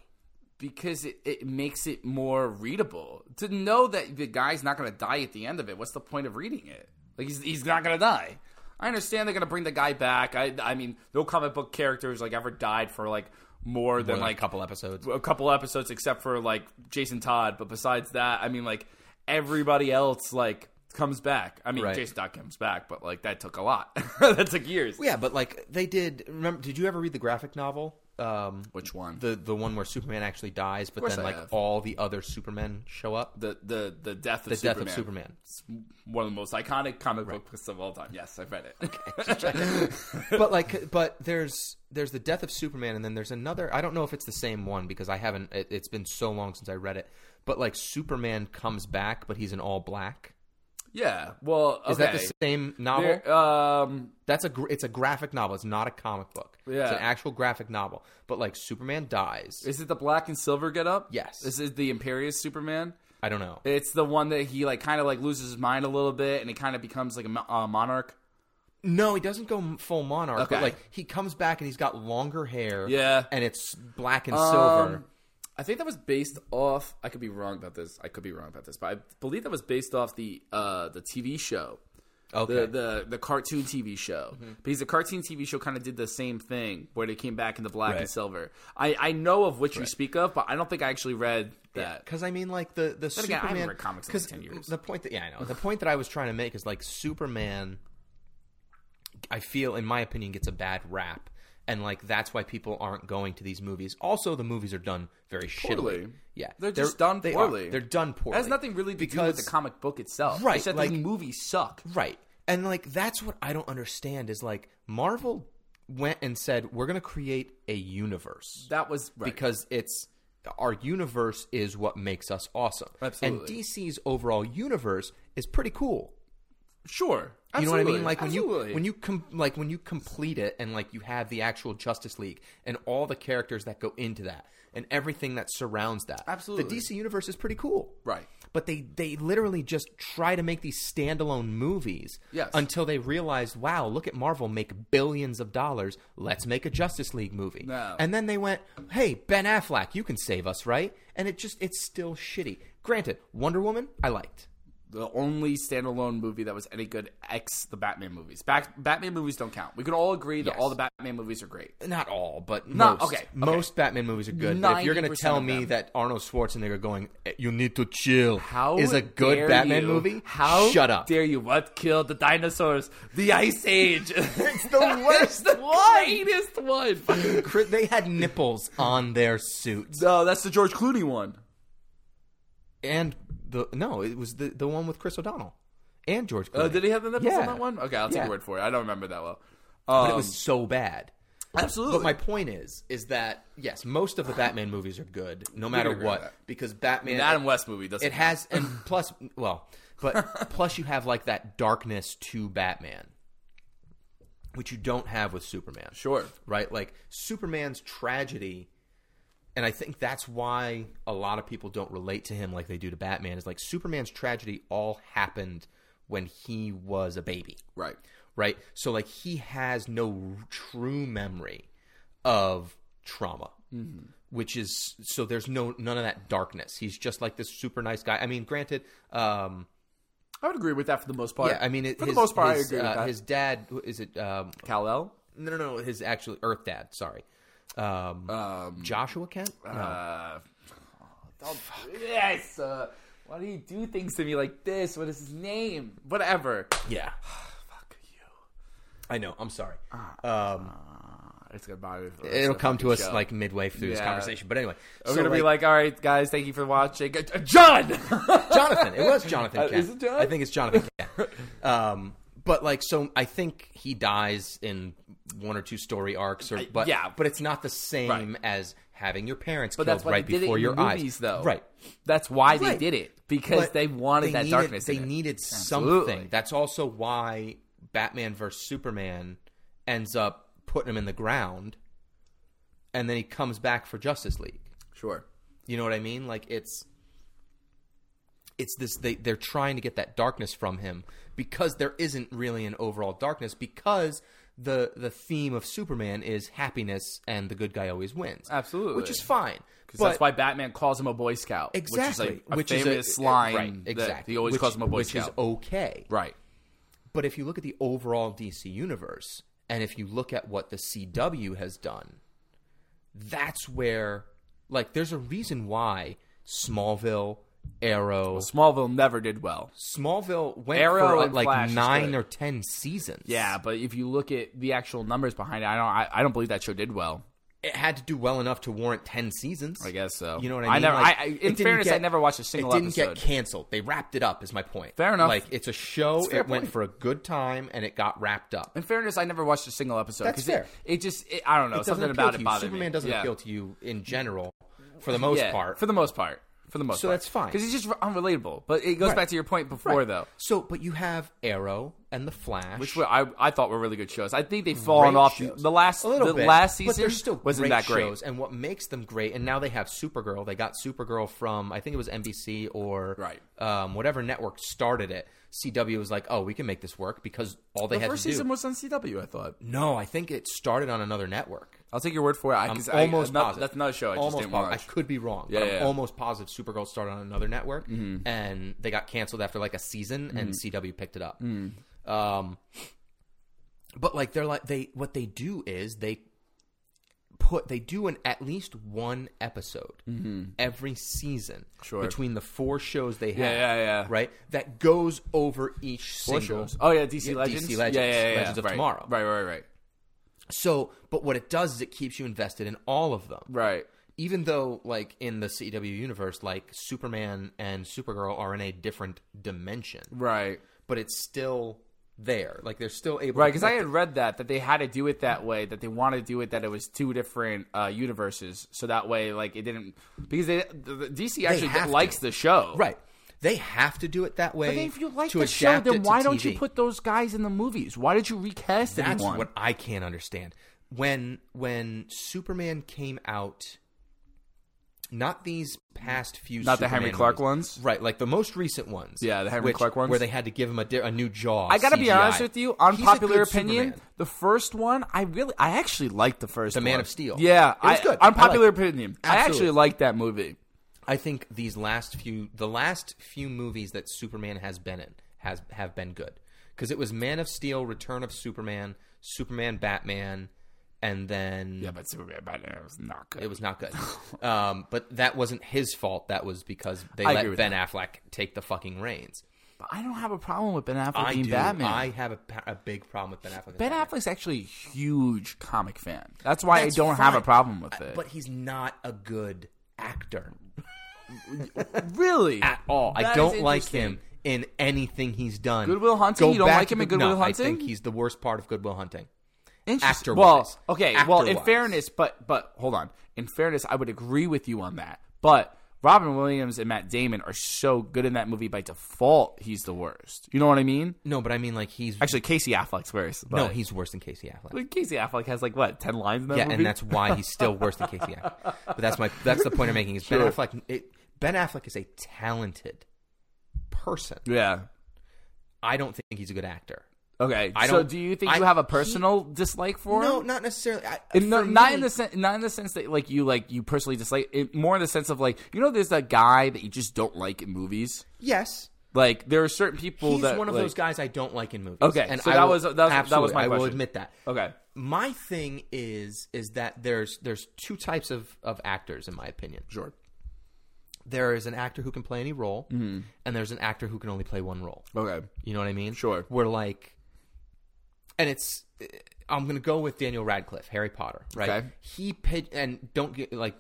C: because it, it makes it more readable. To know that the guy's not going to die at the end of it, what's the point of reading it? Like he's he's not going to die. I understand they're going to bring the guy back. I I mean, no comic book characters like ever died for like more than like
E: a couple episodes.
C: a couple episodes except for like Jason Todd, but besides that, I mean like everybody else like comes back. I mean
E: Right.
C: Jason Todd comes back, but like that took a lot. that took years.
E: Yeah, but like they did. Remember? Did you ever read the graphic novel? Um,
C: Which one?
E: the the one where Superman actually dies, but
C: course
E: then
C: I
E: like
C: have.
E: all the other Supermen show up.
C: the the the death of
E: The
C: Superman.
E: death of Superman.
C: It's one of the most iconic comic books of all time. Yes, I've read it.
E: but like, but there's there's the death of Superman, and then there's another. I don't know if it's the same one because I haven't. It, it's been so long since I read it. But like Superman comes back, but he's in all black.
C: yeah. Well, okay.
E: Is that the same novel?
C: There- um,
E: That's a gr- it's a graphic novel. It's not a comic book.
C: Yeah.
E: It's an actual graphic novel. But like Superman dies.
C: is it the black and silver get up?
E: Yes.
C: This is the Imperious Superman.
E: I don't know.
C: It's the one that he like kind of like loses his mind a little bit, and he kind of becomes like a, mo- a monarch.
E: No, he doesn't go m- full monarch,
C: Okay.
E: but like he comes back and he's got longer hair.
C: Yeah. Um,
E: and it's black and silver.
C: I think that was based off. I could be wrong about this. I could be wrong about this, but I believe that was based off the uh, the TV show,
E: Okay, Mm-hmm.
C: the the the cartoon TV show. Because the cartoon TV show kind of did the same thing, where they came back in the black and
E: Right.
C: silver. I I know of which you speak of, but I don't think I actually read that.
E: because I mean, like the the
C: again, I haven't
E: Superman
C: read comics in like
E: 'cause
C: 10 years.
E: The point that yeah, I know. The point that I was trying to make is like Superman. I feel, in my opinion, gets a bad rap, and like that's why people aren't going to these movies. Also, the movies are done very
C: Poorly.
E: shittily. Yeah,
C: They're just done
E: they are.
C: poorly.
E: They're done
C: That
E: poorly.
C: has nothing really to do with the comic book itself.
E: Right,
C: It's that
E: like-
C: the movies suck.
E: Right. And like that's what I don't understand is like Marvel went and said we're going to create a universe
C: That was right.
E: because it's our universe is what makes us awesome.
C: Absolutely.
E: And DC's overall universe is pretty cool.
C: sure.
E: You know what I
C: Absolutely.
E: mean? Like when
C: Absolutely.
E: you when you com- like when you complete it and like you have the actual Justice League and all the characters that go into that and everything that surrounds that.
C: Absolutely.
E: The DC universe is pretty cool.
C: Right.
E: But they they literally just try to make these standalone movies
C: Yes.
E: until they realized, wow, look at Marvel make billions of dollars. Let's make a Justice League movie.
C: No.
E: And then they went, "Hey, Ben Affleck, you can save us, right?" And it just it's still shitty. Granted, Wonder Woman I liked.
C: the only standalone movie that was any good ex the Batman movies. Back, Batman movies don't count. We can all agree that
E: Yes.
C: all the Batman movies are great.
E: not all, but
C: Not-
E: most.
C: okay, okay.
E: Most Batman movies are good. But if you're going
C: 90%
E: to tell
C: of
E: me
C: them.
E: that Arnold Schwarzenegger going, "Eh, "You need to chill,"
C: How
E: is a
C: dare
E: good Batman
C: you?
E: movie?
C: How
E: shut up?
C: Dare you? What killed the dinosaurs? The Ice Age. it's
E: the worst
C: the
E: one.
C: greatest one.
E: Cri- they had nipples on their suits,
C: No, that's the George Clooney one.
E: and the no, it was the the one with Chris O'Donnell and George. Clooney.
C: Uh, did he Oh, have the nipples on
E: Yeah.
C: that one? Okay, I'll take
E: Yeah.
C: Um, your word for it. I don't remember that well.
E: But it was so bad.
C: Absolutely.
E: But my point is, is that yes, most of the Batman movies are good, no matter
C: agree with
E: what,
C: that.
E: because Batman,
C: An Adam West movie doesn't.
E: it has, and plus, well, but plus you have like that darkness to Batman, which you don't have with Superman.
C: Sure.
E: right? Like Superman's tragedy, and I think that's why a lot of people don't relate to him like they do to Batman. Is like Superman's tragedy all happened when he was a baby
C: Right.
E: right? So like he has no r- true memory of trauma,
C: Mm-hmm.
E: which is so there's no none of that darkness. He's just like this super nice guy. I mean, granted, um,
C: I would agree with that for the most part.
E: yeah, I mean, it,
C: for
E: his,
C: the most part,
E: his,
C: I agree
E: uh,
C: with that.
E: His dad who- is it? Um,
C: Kal El.
E: no, no, no. His actually Earth dad. Sorry, um, Joshua Kent. No.
C: Uh, don't do this. Uh, why do you do things to me like this? What is his name? Whatever.
E: yeah,
C: Fuck you.
E: I know. I'm sorry.
C: It's gonna bother me. for the rest
E: It'll
C: of the
E: come to
C: fucking
E: us
C: show.
E: like midway through this
C: Yeah.
E: conversation. But anyway,
C: We're
E: so,
C: gonna be like, all right, guys, thank you for watching. Uh, John.
E: Jonathan. It was Jonathan.
C: Uh,
E: Kent.
C: is it John?
E: I think it's Jonathan. Kent. Um, but like, so I think he dies in one or two story arcs, or but
C: yeah.
E: but it's not the same
C: Right.
E: as having your parents
C: But
E: killed
C: that's why
E: right
C: they did it
E: before
C: in
E: your
C: the movies,
E: eyes,
C: though.
E: Right.
C: That's why they
E: Right.
C: did it because
E: But
C: they wanted that
E: needed-
C: darkness.
E: They
C: in it.
E: needed
C: Absolutely.
E: something. That's also why Batman versus Superman ends up putting him in the ground, and then he comes back for Justice League.
C: Sure.
E: You know what I mean? Like it's it's this they they're trying to get that darkness from him because there isn't really an overall darkness because the the theme of Superman is happiness and the good guy always wins.
C: Absolutely.
E: Which is fine.
C: Because
E: But-
C: that's why Batman calls him a Boy Scout.
E: exactly
C: Which is like a famous line.
E: eh, right,
C: that
E: exactly.
C: he always
E: which,
C: calls him a Boy
E: which
C: Scout.
E: is okay.
C: right.
E: But if you look at the overall DC universe, and if you look at what the CW has done, that's where, like, there's a reason why Smallville, Arrow,
C: Smallville never did well.
E: Smallville went
C: Arrow
E: for
C: and
E: like
C: Flash is
E: nine
C: good.
E: or ten seasons.
C: Yeah, but if you look at the actual numbers behind it, I don't. I, I don't believe that show did well.
E: it had to do well enough to warrant ten seasons.
C: I guess so.
E: You know what I
C: I
E: mean?
C: never-
E: Like,
C: I- I- in
E: it didn't
C: fairness, I never watched a single
E: It didn't get
C: episode.
E: canceled. They wrapped it up. Is my point.
C: Fair enough.
E: Like it's a show.
C: a fair
E: it went
C: point.
E: for a good time, and it got wrapped up.
C: In fairness, I never watched a single episode.
E: That's
C: 'cause
E: fair.
C: It, it just, it, I don't know,
E: It doesn't
C: Oh,
E: appeal
C: something about
E: to
C: it
E: you.
C: bothered me.
E: Superman doesn't
C: Yeah.
E: appeal to you in general, for the most
C: yeah,
E: part.
C: for the most part. For the most
E: So
C: part.
E: that's fine.
C: Because it's just unrelatable. But it goes
E: Right.
C: back to your point before,
E: Right.
C: though,
E: So, but you have Arrow and the Flash,
C: which were, I, I thought were really good shows. I think they've fallen off.
E: shows.
C: The last
E: a little
C: the
E: bit,
C: last
E: but
C: season
E: they're still
C: wasn't
E: great
C: that great.
E: shows. And what makes them great, and now they have Supergirl. They got Supergirl from I think it was NBC or
C: Right.
E: um, whatever network started it. CW was like, oh, we can make this work because all they
C: The
E: had
C: first
E: to do.
C: season was on CW, I thought.
E: no, I think it started on another network.
C: I'll take your word for it. I,
E: I'm
C: 'cause I- uh,
E: almost
C: not-
E: positive.
C: That's another show I
E: almost
C: just didn't
E: positive.
C: watch.
E: I could be wrong.
C: Yeah,
E: but
C: yeah, Mm-hmm.
E: I'm
C: yeah.
E: almost positive Supergirl started on another network, and they got canceled after like a season,
C: Mm-hmm.
E: and CW picked it up.
C: Mm.
E: Um, but like they're like they what they do is they put they do an at least one episode every season
C: Mm-hmm. Sure.
E: between the four shows they have.
C: yeah, yeah.
E: Right, that goes over each
C: Four
E: single.
C: shows. Oh, yeah, DC
E: Yeah,
C: Legends.
E: DC Legends.
C: Yeah, yeah, yeah, yeah.
E: Legends of
C: right.
E: Tomorrow.
C: Right, right, right.
E: So, but what it does is it keeps you invested in all of them.
C: Right.
E: even though like in the CW universe, like Superman and Supergirl are in a different dimension,
C: Right.
E: but it's still there. Like they're still able,
C: Right,
E: to
C: because I
E: connect
C: had read that that they had to do it that way, that they wanted to do it that it was two different uh, universes, so that way, like it didn't because they, the, the DC actually
E: have to.
C: likes the show,
E: it. right. They have to do it that way.
C: But then if you like
E: to
C: the show,
E: adapt it
C: then
E: to
C: why don't you
E: TV.
C: put those guys in the movies? Why did you recast
E: That's
C: anyone?
E: what I can't understand. When when Superman came out, not these past few,
C: Not the
E: Superman
C: Henry Clark
E: movies.
C: ones?
E: right? Like the most recent ones,
C: Yeah, the Henry
E: which-
C: Clark ones.
E: where they had to give him a, di- a new jaw.
C: I gotta be
E: CGI.
C: honest with you,
E: He's a
C: unpopular
E: good
C: opinion.
E: Superman.
C: The first one, I really, I actually liked the first.
E: The Man
C: one.
E: of Steel.
C: Yeah,
E: It was
C: I-
E: good. I
C: Unpopular
E: liked it.
C: opinion. I
E: Absolutely.
C: actually liked that movie.
E: I think these last few, the last few movies that Superman has been in has have been good because it was Man of Steel, Return of Superman, Superman, Batman, and then
C: Yeah, but Superman Batman was not good.
E: it was not good. um, but that wasn't his fault. That was because they
C: I agree
E: let
C: with
E: Ben Affleck take the fucking reins.
C: But I don't have a problem with Ben Affleck
E: I
C: being
E: do.
C: Batman.
E: I have a, pa- a big problem with Ben Affleck. as
C: Ben
E: Batman.
C: Affleck's actually a huge comic fan. That's why
E: That's
C: I don't have a
E: fine.
C: problem with
E: I-
C: it.
E: but he's not a good actor
C: really,
E: at all.
C: That
E: I
C: is
E: don't like
C: interesting.
E: him in anything he's done.
C: Good Will Hunting? You don't
E: back
C: like him
E: to
C: in
E: Good-
C: Good Will
E: no, I
C: Hunting?
E: think he's the worst part of Goodwill Hunting.
C: Interesting.
E: Actor-wise.
C: Well, okay. Well, in
E: Actor-wise.
C: fairness, but but hold on. In fairness, I would agree with you on that. But Robin Williams and Matt Damon are so good in that movie by default. He's the worst. You know what I mean?
E: No, but I mean like he's
C: Actually, Casey Affleck's worse. But
E: no, he's worse than Casey Affleck.
C: But Casey Affleck has like what ten lines in that
E: yeah,
C: movie.
E: and that's why he's still worse than Casey Affleck. But that's my that's the point I'm making is Ben Affleck. It, ben Affleck is a talented person.
C: yeah.
E: I don't think he's a good actor.
C: Okay.
E: I
C: so,
E: don't-
C: do you think
E: I-
C: you have a
E: he-
C: personal dislike for him?
E: No, not necessarily. I,
C: In no-
E: for
C: not
E: me-
C: in the sense, not in the sense that like you like you personally dislike. It, more in the sense of like you know, there's that guy that you just don't like in movies.
E: yes.
C: Like there are certain people
E: He's
C: that
E: one of
C: like-
E: those guys I don't like in movies.
C: Okay, so that was- that was- that was
E: absolutely,
C: my
E: I will
C: question.
E: admit that.
C: Okay.
E: my thing is is that there's there's two types of of actors in my opinion. Sure. There is an actor who can play any role,
C: Mm-hmm.
E: and there's an actor who can only play one role.
C: Okay.
E: You know what I mean?
C: Sure.
E: We're like, and it's. eh, I'm gonna go with Daniel Radcliffe, Harry Potter, right?
C: Okay.
E: He pid- and don't get like.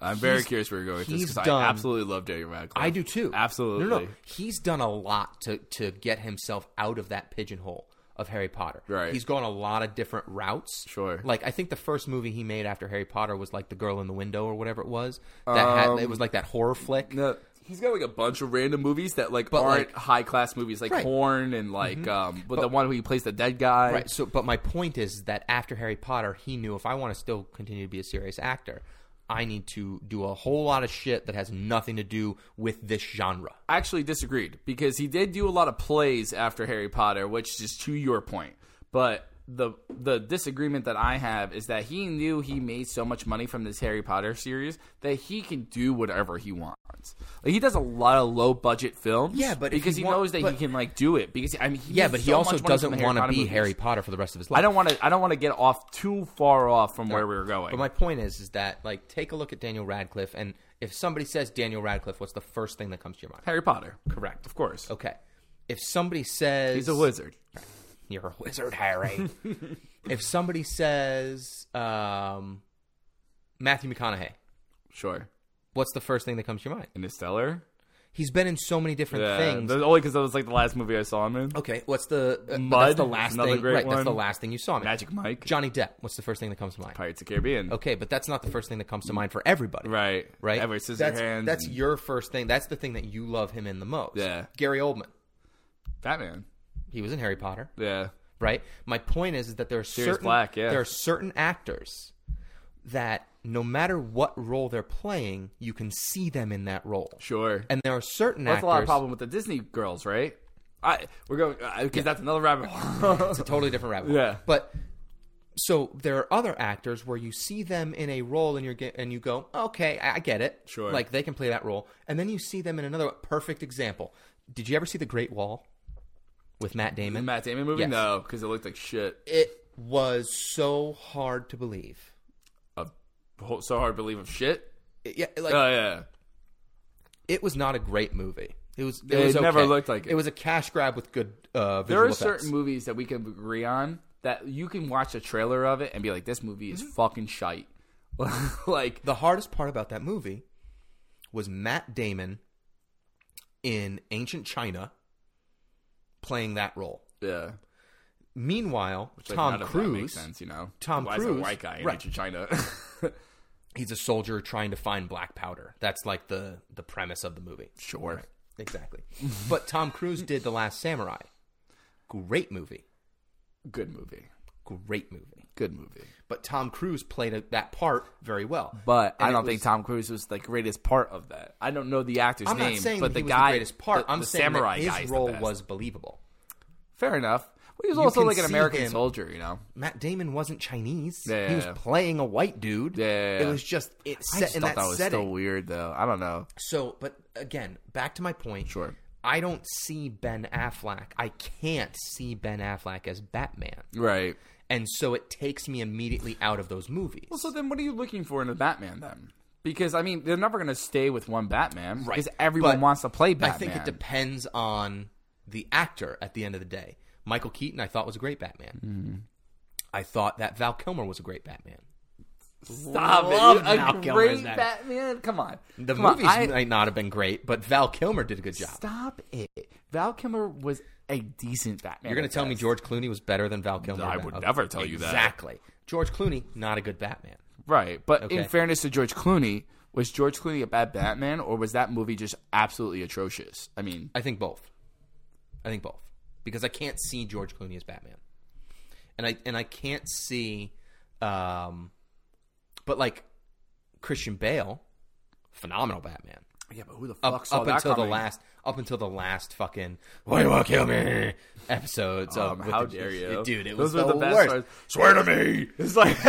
C: I'm very
E: he's-
C: curious where you're going with this
E: he's
C: because I
E: done-
C: absolutely love Daniel Radcliffe.
E: I do too.
C: Absolutely.
E: No, no, no. He's done a lot to to get himself out of that pigeonhole of Harry Potter.
C: Right.
E: He's gone a lot of different routes.
C: Sure.
E: Like I think the first movie he made after Harry Potter was like The Girl in the Window or whatever it was. That had, it was like that horror flick.
C: Um, No, he's got like a bunch of random movies that like
E: But,
C: aren't
E: like-
C: high class movies, like
E: Right. Mm-hmm.
C: Horn and like um, but, the one where he plays the dead guy.
E: Right. So, but my point is that after Harry Potter, he knew if I want to still continue to be a serious actor, I need to do a whole lot of shit that has nothing to do with this genre.
C: I actually disagreed because he did do a lot of plays after Harry Potter, which is to your point. But the the disagreement that I have is that he knew he made so much money from this Harry Potter series that he can do whatever he wants. Like he does a lot of low budget films,
E: Yeah, but if
C: because
E: he
C: he,
E: want-
C: knows that
E: but-
C: he can like do it. Because I mean, he
E: Yeah,
C: made
E: but he
C: so
E: also
C: much money
E: doesn't
C: from the
E: want to
C: Potter
E: be
C: movies.
E: Harry Potter for the rest of his life.
C: I don't want to. I don't want to get off too far off from where we were going.
E: But my point is, is that like take a look at Daniel Radcliffe, and if somebody says Daniel Radcliffe, what's the first thing that comes to your mind?
C: Harry Potter,
E: Correct.
C: of course.
E: Okay. If somebody says
C: He's a wizard.
E: you're a wizard, Harry. if somebody says um, Matthew McConaughey,
C: Sure.
E: what's the first thing that comes to your mind?
C: Interstellar.
E: He's been in so many different
C: Yeah,
E: things.
C: that's only because that was like the last movie I saw him in.
E: Okay, what's the uh,
C: Mud,
E: that's the last
C: another
E: thing?
C: great
E: right, that's the
C: one.
E: last thing you saw. him in.
C: Magic Mike,
E: Johnny Depp. What's the first thing that comes to mind?
C: Pirates of the Caribbean.
E: Okay, but that's not the first thing that comes to mind for everybody.
C: Right.
E: right?
C: Edward Scissorhands.
E: That's, that's
C: and
E: your first thing. That's the thing that you love him in the most.
C: Yeah.
E: Gary Oldman.
C: Batman.
E: He was in Harry Potter,
C: Yeah.
E: right? My point is, is that there are certain
C: Black, yeah.
E: there are certain actors that no matter what role they're playing, you can see them in that role.
C: Sure.
E: And there are certain
C: that's
E: actors.
C: a lot of problem with the Disney girls, right? I we're going because that's another rabbit hole.
E: It's a totally different rabbit hole.
C: Yeah.
E: But so there are other actors where you see them in a role and you're ge- and you go, okay, I I get it.
C: Sure.
E: Like they can play that role, and then you see them in another perfect example. Did you ever see The Great Wall with Matt
C: the
E: Damon?
C: Matt Damon movie?
E: Yes.
C: No, because it looked like shit.
E: It was so hard to believe.
C: A whole- so hard to believe of shit.
E: It- yeah, like
C: Oh yeah.
E: it was not a great movie. It was. It,
C: It
E: was
C: never
E: okay.
C: looked like it.
E: It was a cash grab with good uh, visual
C: There are
E: effects.
C: certain movies that we can agree on that you can watch a trailer of it and be like, this movie
E: Mm-hmm.
C: is fucking shite. like
E: the hardest part about that movie was Matt Damon in ancient China playing that role.
C: yeah.
E: Meanwhile,
C: Like,
E: Tom
C: none of that
E: Cruise,
C: makes sense, you know.
E: Tom
C: Why is
E: Cruise-
C: a white guy in
E: right.
C: ancient China?
E: he's a soldier trying to find black powder. That's like the the premise of the movie.
C: sure.
E: Exactly. but Tom Cruise did The Last Samurai. Great movie.
C: Good movie.
E: Great movie.
C: Good movie.
E: But Tom Cruise played a, that part very well.
C: But
E: And
C: I
E: it
C: don't
E: was-
C: think Tom Cruise was the greatest part of that. I don't know the actor's
E: I'm
C: name,
E: not saying
C: but
E: that
C: the
E: he was
C: guy,
E: the greatest part.
C: the-
E: I'm
C: the
E: saying
C: samurai
E: that
C: guy
E: his
C: is the
E: role
C: best.
E: was believable.
C: fair enough. But he was
E: You
C: also
E: can
C: like an
E: see
C: American
E: him-
C: soldier, you know.
E: Matt Damon wasn't Chinese.
C: Yeah,
E: he
C: yeah,
E: was
C: yeah.
E: playing a white dude.
C: Yeah, yeah,
E: It
C: yeah.
E: was just it
C: I
E: set
C: just
E: in that,
C: thought that, was
E: setting.
C: still weird, though. I don't know.
E: So, but again, back to my point.
C: Sure.
E: I don't see Ben Affleck. I can't see Ben Affleck as Batman.
C: Right.
E: And so it takes me immediately out of those movies.
C: Well, so then, what are you looking for in a Batman then? Because I mean, they're never going to stay with one Batman, right? Because everyone
E: But
C: wants to play Batman.
E: I think it depends on the actor at the end of the day. Michael
C: Mm-hmm.
E: Keaton, I thought was a great Batman. I thought that Val Kilmer was a great Batman.
C: Stop
B: Love
C: it.
B: Val
C: a
B: Kilmer
C: great
B: as that.
C: Batman. Come on.
E: The
C: Come on.
E: movies
C: I-
E: might not have been great, but Val Kilmer did a good job.
C: Stop it. Val Kilmer was a decent Batman.
E: You're going
C: at
E: to tell me
C: best.
E: George Clooney was better than Val Kilmer?
C: I
E: now.
C: would never tell you that.
E: Exactly. George Clooney, not a good Batman.
C: Right. But in
E: Okay.
C: fairness to George Clooney, was George Clooney a bad Batman or was that movie just absolutely atrocious? I mean,
E: I think both. I think both because I can't see George Clooney as Batman, and I and I can't see, um, but like Christian Bale, phenomenal Batman
C: yeah, but who the fuck
E: up,
C: saw
E: up
C: that
E: until the
C: coming?
E: last up until the last fucking why you want to kill me episodes
C: Um,
E: of with
C: how
E: the-
C: dare you?
E: dude it
C: Those
E: was
C: were the best
E: worst.
C: parts. Swear to me. It's like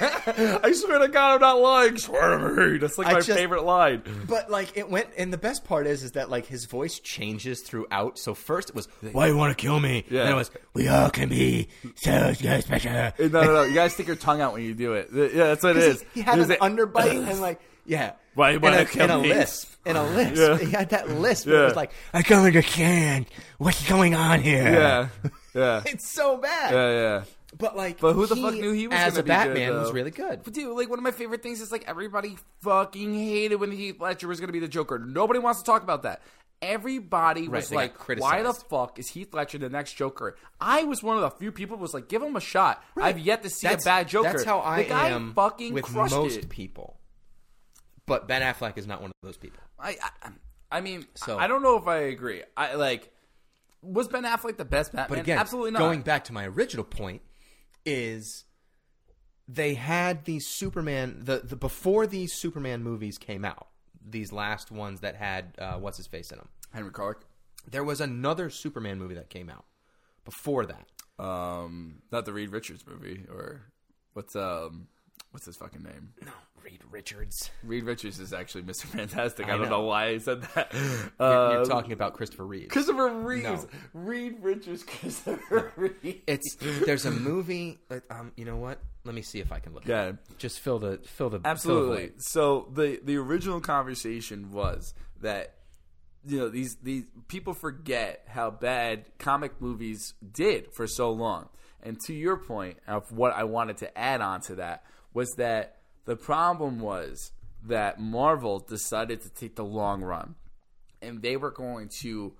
C: I swear to God, I'm not lying. Swear to me. That's like
E: I
C: my
E: just-
C: favorite line.
E: But like it went, and the best part is, is that like his voice changes throughout. So first it was, "Why you want to kill me?"
C: Yeah.
E: Then it was, "We all can be so so special."
C: Eh, No, no, no. You gotta stick your tongue out when you do it. Th- Yeah, that's what it is.
E: He, he had
C: There's
E: an
C: a-
E: underbite and like, yeah,
C: Why you
E: And
C: wanna
E: a-
C: kill
E: and
C: me?
E: A lisp, and a lisp.
C: Yeah.
E: He had that lisp. where It
C: Yeah.
E: was like, "I don't understand what's going on here."
C: Yeah, yeah,
E: it's so bad.
C: yeah, yeah.
E: But like,
C: But who the fuck knew he was
E: as
C: gonna
E: a
C: be good,
E: Batman was
C: though?
E: really good.
C: But dude, like one of my favorite things is like everybody fucking hated when Heath Ledger was gonna be the Joker. Nobody wants to talk about that. Everybody was
E: they got
C: like, "Why the
E: criticized.
C: fuck is Heath Ledger the next Joker?" I was one of the few people who was like, "Give him a shot." I've yet to see a bad Joker.
E: That's how I
C: the guy
E: am
C: Fucking
E: with
C: crushed
E: most
C: it.
E: people. But Ben Affleck is not one of those people.
C: I, I, I mean,
E: So-
C: I don't know if I agree. I like was Ben Affleck the best Batman?
E: But again,
C: absolutely not.
E: Going back to my original point, is they had these Superman the, the before these Superman movies came out, these last ones that had uh, what's his face in them.
C: Henry Clark,
E: There was another Superman movie that came out before that.
C: um, not the Reed Richards movie, or what's um, what's his fucking name?
E: No, Reed Richards.
C: Reed Richards is actually Mr. Fantastic. I, don't know.
E: know.
C: why I said that.
E: You're, you're
C: Um,
E: talking about Christopher Reeve.
C: Christopher Reeves. Reed Richards, Christopher Reeves.
E: It's there's a movie. that, Um, you know what? Let me see if I can look.
C: Yeah.
E: it up. just fill the fill the fill the
C: Absolutely.
E: void.
C: So the the original conversation was that you know these these people forget how bad comic movies did for so long. And to your point of what I wanted to add on to that was that the problem was that Marvel decided to take the long run and they were going to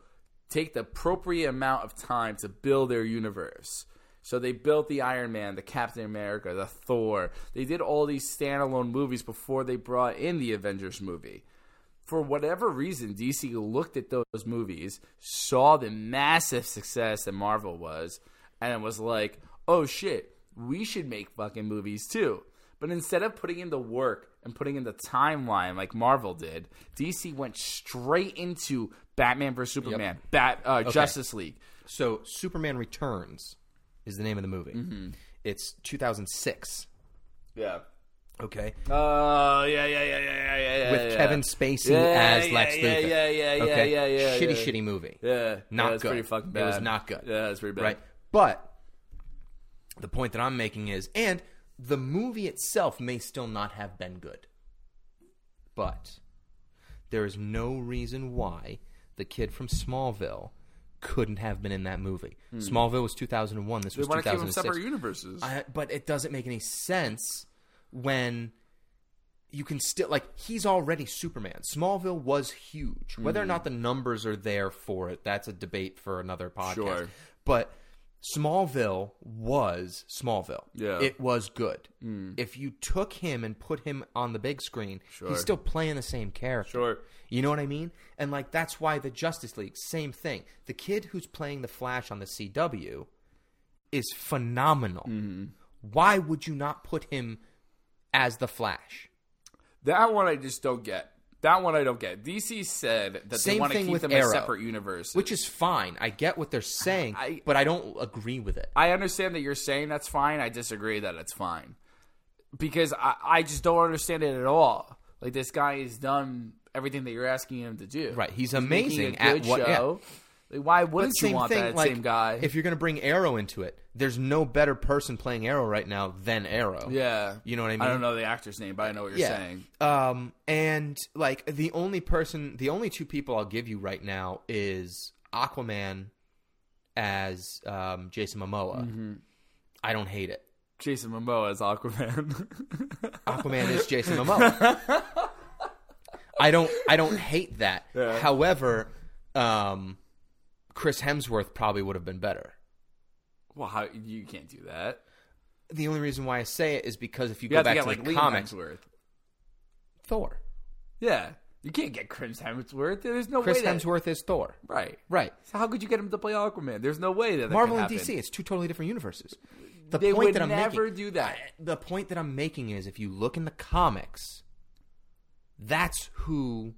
C: take the appropriate amount of time to build their universe. So they built the Iron Man, the Captain America, the Thor. They did all these standalone movies before they brought in the Avengers movie. For whatever reason, DC looked at those movies, saw the massive success that Marvel was, and was like, oh shit, we should make fucking movies too. But instead of putting in the work and putting in the timeline like Marvel did, DC went straight into Batman vs Superman, Bat uh, Justice League.
E: So Superman Returns is the name of the movie.
C: Mm-hmm.
E: It's 2006.
C: Yeah.
E: Okay,
C: Oh yeah, yeah, yeah, yeah, yeah, yeah, yeah.
E: with
C: yeah.
E: Kevin Spacey
C: Yeah,
E: as
C: yeah,
E: Lex
C: yeah,
E: Luthor.
C: yeah, yeah, yeah,
E: okay?
C: yeah, yeah,
E: Shitty,
C: yeah.
E: shitty movie.
C: Yeah,
E: not
C: yeah, it's
E: good.
C: Pretty fucking bad.
E: It was not good.
C: Yeah, it's pretty bad.
E: Right, but the point that I'm making is, and the movie itself may still not have been good, but there is no reason why the kid from Smallville couldn't have been in that movie. Smallville was 2001. This
C: Hmm. They
E: was
C: want to keep them
E: 2006.
C: separate universes.
E: I, but it doesn't make any sense when you can still like he's already Superman. Smallville was huge. Whether or
C: Mm-hmm.
E: not the numbers are there for it, that's a debate for another podcast.
C: Sure.
E: But Smallville was Smallville.
C: Yeah. Mm.
E: It was good. If you took him and put him on the big screen,
C: Sure.
E: he's still playing the same character.
C: Sure.
E: You know what I mean? And like that's why the Justice League, same thing. The kid who's playing the Flash on the CW is phenomenal.
C: Mm-hmm.
E: Why would you not put him as the Flash?
C: That one I just don't get. That one I don't get. DC said that they
E: Same
C: want to
E: thing
C: keep
E: with
C: them as
E: Arrow,
C: separate universes.
E: Which is fine. I get what they're saying,
C: I-
E: but I don't agree with it.
C: I understand that you're saying that's fine. I disagree that it's fine because I, I just don't understand it at all. Like this guy has done everything that you're asking him to do.
E: Right, he's
C: making
E: amazing
C: a good
E: at what- yeah.
C: show. Like, why
E: But
C: wouldn't you
E: same
C: want
E: thing,
C: that
E: like,
C: same guy?
E: If you're going to bring Arrow into it, there's no better person playing Arrow right now than Arrow.
C: yeah,
E: You know what I mean?
C: I don't know the actor's name, but I know what you're saying.
E: Um, and like the only person, the only two people I'll give you right now is
C: Mm-hmm.
E: Aquaman as um, Jason Momoa. I don't hate it.
C: Jason Momoa as Aquaman.
E: Aquaman is Jason Momoa. I don't I don't hate that.
C: Yeah.
E: However, um, Chris Hemsworth probably would have been better.
C: well, how, you can't do that.
E: The only reason why I say it is because if you,
C: You
E: go
C: have to
E: back to,
C: get like
E: the
C: Liam
E: comics,
C: Hemsworth.
E: Thor.
C: Yeah, you can't get Chris Hemsworth. There's no
E: Chris
C: way. That,
E: Hemsworth is Thor.
C: right.
E: Right.
C: So how could you get him to play Aquaman? There's no way that, that
E: Marvel
C: could
E: and
C: happen.
E: DC, it's two totally different universes. The
C: They
E: point
C: would
E: that I'm
C: never
E: making,
C: do that.
E: The point that I'm making is if you look in the comics, that's who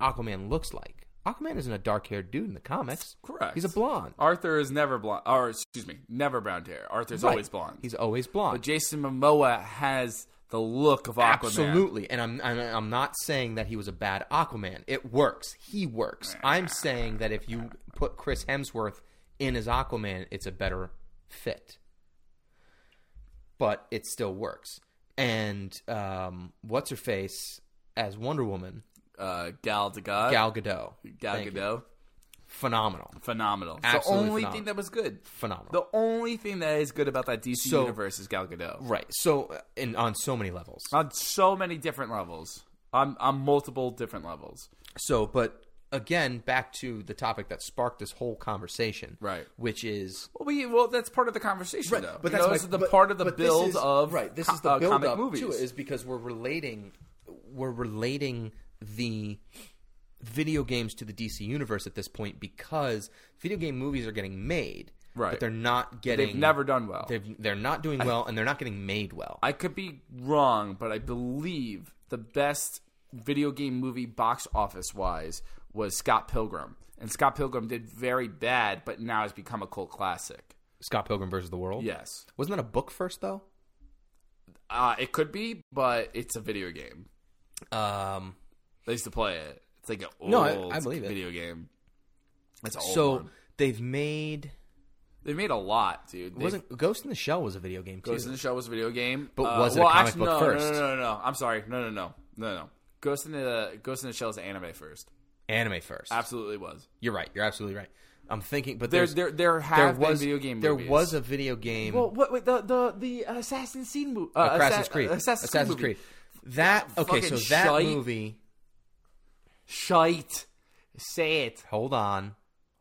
E: Aquaman looks like. Aquaman isn't a dark-haired dude in the comics.
C: Correct.
E: He's a blonde.
C: Arthur is never blonde. Or excuse me, never brown hair. Arthur's
E: Right.
C: always blonde.
E: He's always blonde.
C: but Jason Momoa has the look of Aquaman.
E: Absolutely, and I'm, I'm I'm not saying that he was a bad Aquaman. It works. He works. I'm saying that if you put Chris Hemsworth in as Aquaman, it's a better fit. But it still works. And um, what's her face as Wonder Woman?
C: Uh, Gal Gadot.
E: Gal Gadot.
C: Gal
E: Thank you.
C: Gadot.
E: Phenomenal.
C: Phenomenal. the
E: Absolutely
C: only
E: phenomenal.
C: thing that was good.
E: Phenomenal.
C: The only thing that is good about that DC
E: So-
C: universe is Gal Gadot.
E: right. So, uh, in on so many levels.
C: On so many different levels. On on multiple different levels.
E: So, but again, back to the topic that sparked this whole conversation,
C: Right.
E: Which is
C: Well, we, well, that's part of the conversation, though.
E: But
C: You
E: that's
C: know,
E: my-
C: this is the
E: but-
C: part of the
E: but this
C: build
E: is-
C: of
E: right. This
C: co-
E: is the
C: uh,
E: build
C: comic
E: up
C: movies.
E: to it is because we're relating we're relating the video games to the DC universe at this point because video game movies are getting made,
C: Right.
E: But they're not getting.
C: never done well.
E: They've, they're not doing well, and they're not getting made well.
C: I could be wrong, but I believe the best video game movie box office wise was Scott Pilgrim. And Scott Pilgrim did very bad, but now has become a cult classic.
E: Scott Pilgrim versus the World.
C: Yes.
E: wasn't that a book first though?
C: Uh, it could be, but it's a video game.
E: Um,
C: They used to play it. It's like an old
E: No, I- I believe it.
C: video game. It's an old
E: so
C: one.
E: they've made
C: They made a lot, dude. They-
E: wasn't Ghost in the Shell was a video game too.
C: Ghost in the Shell was a video game,
E: But
C: Uh,
E: was it a
C: well,
E: comic
C: actually,
E: book
C: no,
E: first?
C: No, no, no, no. I'm sorry. No, no, no, no, no. Ghost in the Ghost in the Shell is anime first.
E: Anime first.
C: Absolutely was.
E: You're right. You're absolutely right. I'm thinking, but
C: There,
E: there's
C: there, there have been video game.
E: there
C: movies.
E: was a video game
C: well, what, wait, the the the Assassin's Creed movie, uh,
E: Assassin's
C: Assa-
E: Creed
C: Assassin's, Creed, movie.
E: that okay so
C: Fucking
E: that
C: shite.
E: movie
C: shite. Say it.
E: hold on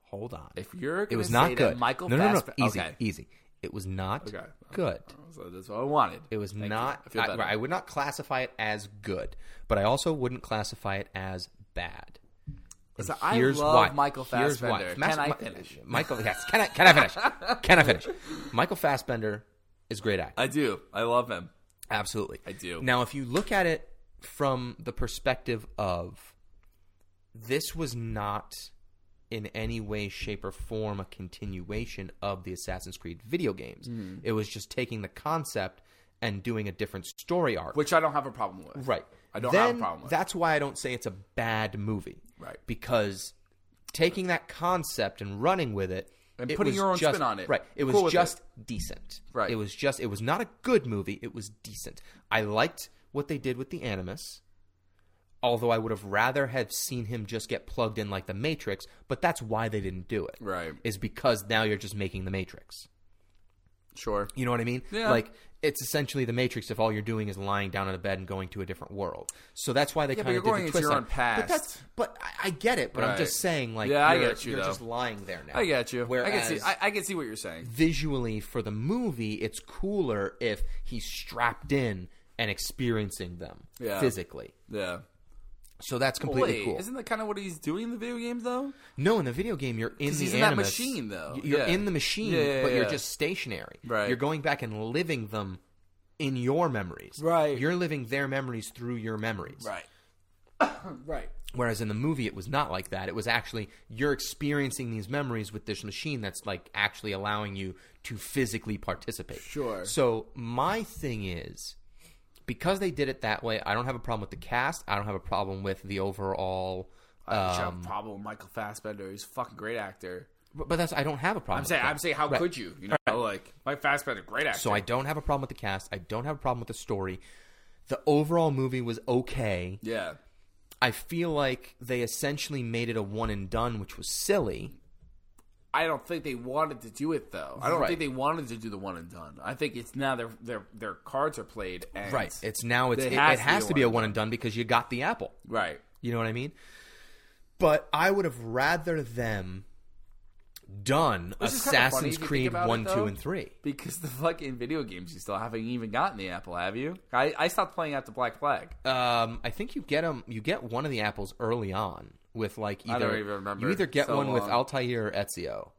E: hold on
C: If you're,
E: it
C: gonna
E: was
C: say
E: not
C: that
E: good
C: Michael
E: no no no,
C: Fassbe-
E: easy
C: okay.
E: easy it was not
C: Okay.
E: good
C: So that's what I wanted.
E: it was
C: Thank you.
E: not
C: I feel
E: I,
C: better.
E: I would not classify it as good but I also wouldn't classify it as bad
C: So
E: And
C: I
E: here's
C: love
E: why.
C: Michael
E: Here's why.
C: Fassbender.
E: Mas-
C: Can I
E: Mi-
C: finish?
E: Michael, yes. Can I? Can I finish? Can I finish? Michael Fassbender is a great actor.
C: I do. I love him.
E: Absolutely.
C: I do.
E: Now, if you look at it from the perspective of this was not in any way, shape, or form a continuation of the Assassin's Creed video games.
C: Mm-hmm.
E: It was just taking the concept and doing a different story arc.
C: Which I don't have a problem with.
E: right.
C: I don't
E: then,
C: have a problem with.
E: That's why I don't say it's a bad movie.
C: Right.
E: Because taking that concept and running with it
C: And
E: it
C: putting
E: was
C: your own
E: just-
C: spin on it.
E: Right. It was
C: Cool with it.
E: just decent.
C: Right.
E: It was just it was not a good movie, it was decent. I liked what they did with the animus. Although I would have rather have seen him just get plugged in like the Matrix, but that's why they didn't do it.
C: Right.
E: Is because now you're just making the Matrix.
C: Sure.
E: You know what I mean?
C: Yeah.
E: Like it's essentially the Matrix if all you're doing is lying down in a bed and going to a different world. So that's why they
C: Yeah, but
E: kind
C: you're
E: of did
C: going
E: the
C: into
E: twist
C: your
E: on
C: own past.
E: But, that's, but I, I get it. But I'm
C: Right.
E: just saying, like,
C: Yeah, I
E: you're,
C: get you,
E: are
C: though.
E: just lying there now.
C: I get you.
E: Whereas
C: I can see. I, I can see what you're saying.
E: visually for the movie, it's cooler if he's strapped in and experiencing them
C: Yeah.
E: physically.
C: Yeah.
E: So that's completely
C: Wait,
E: cool.
C: Isn't that kind of what he's doing in the video games though?
E: No, in the video game, you're in
C: 'Cause
E: the
C: he's in that
E: animus.
C: machine, though.
E: Y- You're
C: Yeah.
E: in the machine,
C: Yeah, yeah,
E: but you're
C: yeah.
E: just stationary.
C: Right.
E: You're going back and living them in your memories.
C: Right.
E: You're living their memories through your memories.
C: Right. right.
E: Whereas in the movie, it was not like that. It was actually you're experiencing these memories with this machine that's like actually allowing you to physically participate.
C: Sure.
E: So my thing is because they did it that way, I don't have a problem with the cast. I don't have a problem with the overall.
C: I
E: Uh,
C: have a problem with Michael Fassbender. He's a fucking great actor.
E: but but that's I don't have a problem.
C: I'm
E: with
C: saying,
E: that.
C: I'm saying, how
E: Right.
C: could you? You know, like Mike Fassbender, great actor.
E: So I don't have a problem with the cast. I don't have a problem with the story. The overall movie was okay.
C: yeah,
E: I feel like they essentially made it a one and done, which was silly.
C: I don't think they wanted to do it though. I don't
E: Right.
C: think they wanted to do the one and done. I think it's now their their their cards are played and
E: Right. It's now it's
C: It
E: it, it
C: has
E: has,
C: to be
E: to be
C: a
E: a one and done because you got the apple.
C: right.
E: You know what I mean? But I would have rather them done
C: is kinda funny if
E: Assassin's
C: you think
E: Creed
C: about it,
E: 1, 2,
C: though.
E: and 3.
C: Because the fucking video games you still haven't even gotten the Apple, have you? I, I stopped playing after Black Flag.
E: Um, I think you get 'em- You get one of the apples early on with like either
C: don't even remember.
E: you either get
C: So
E: one with
C: long.
E: Altair or Ezio.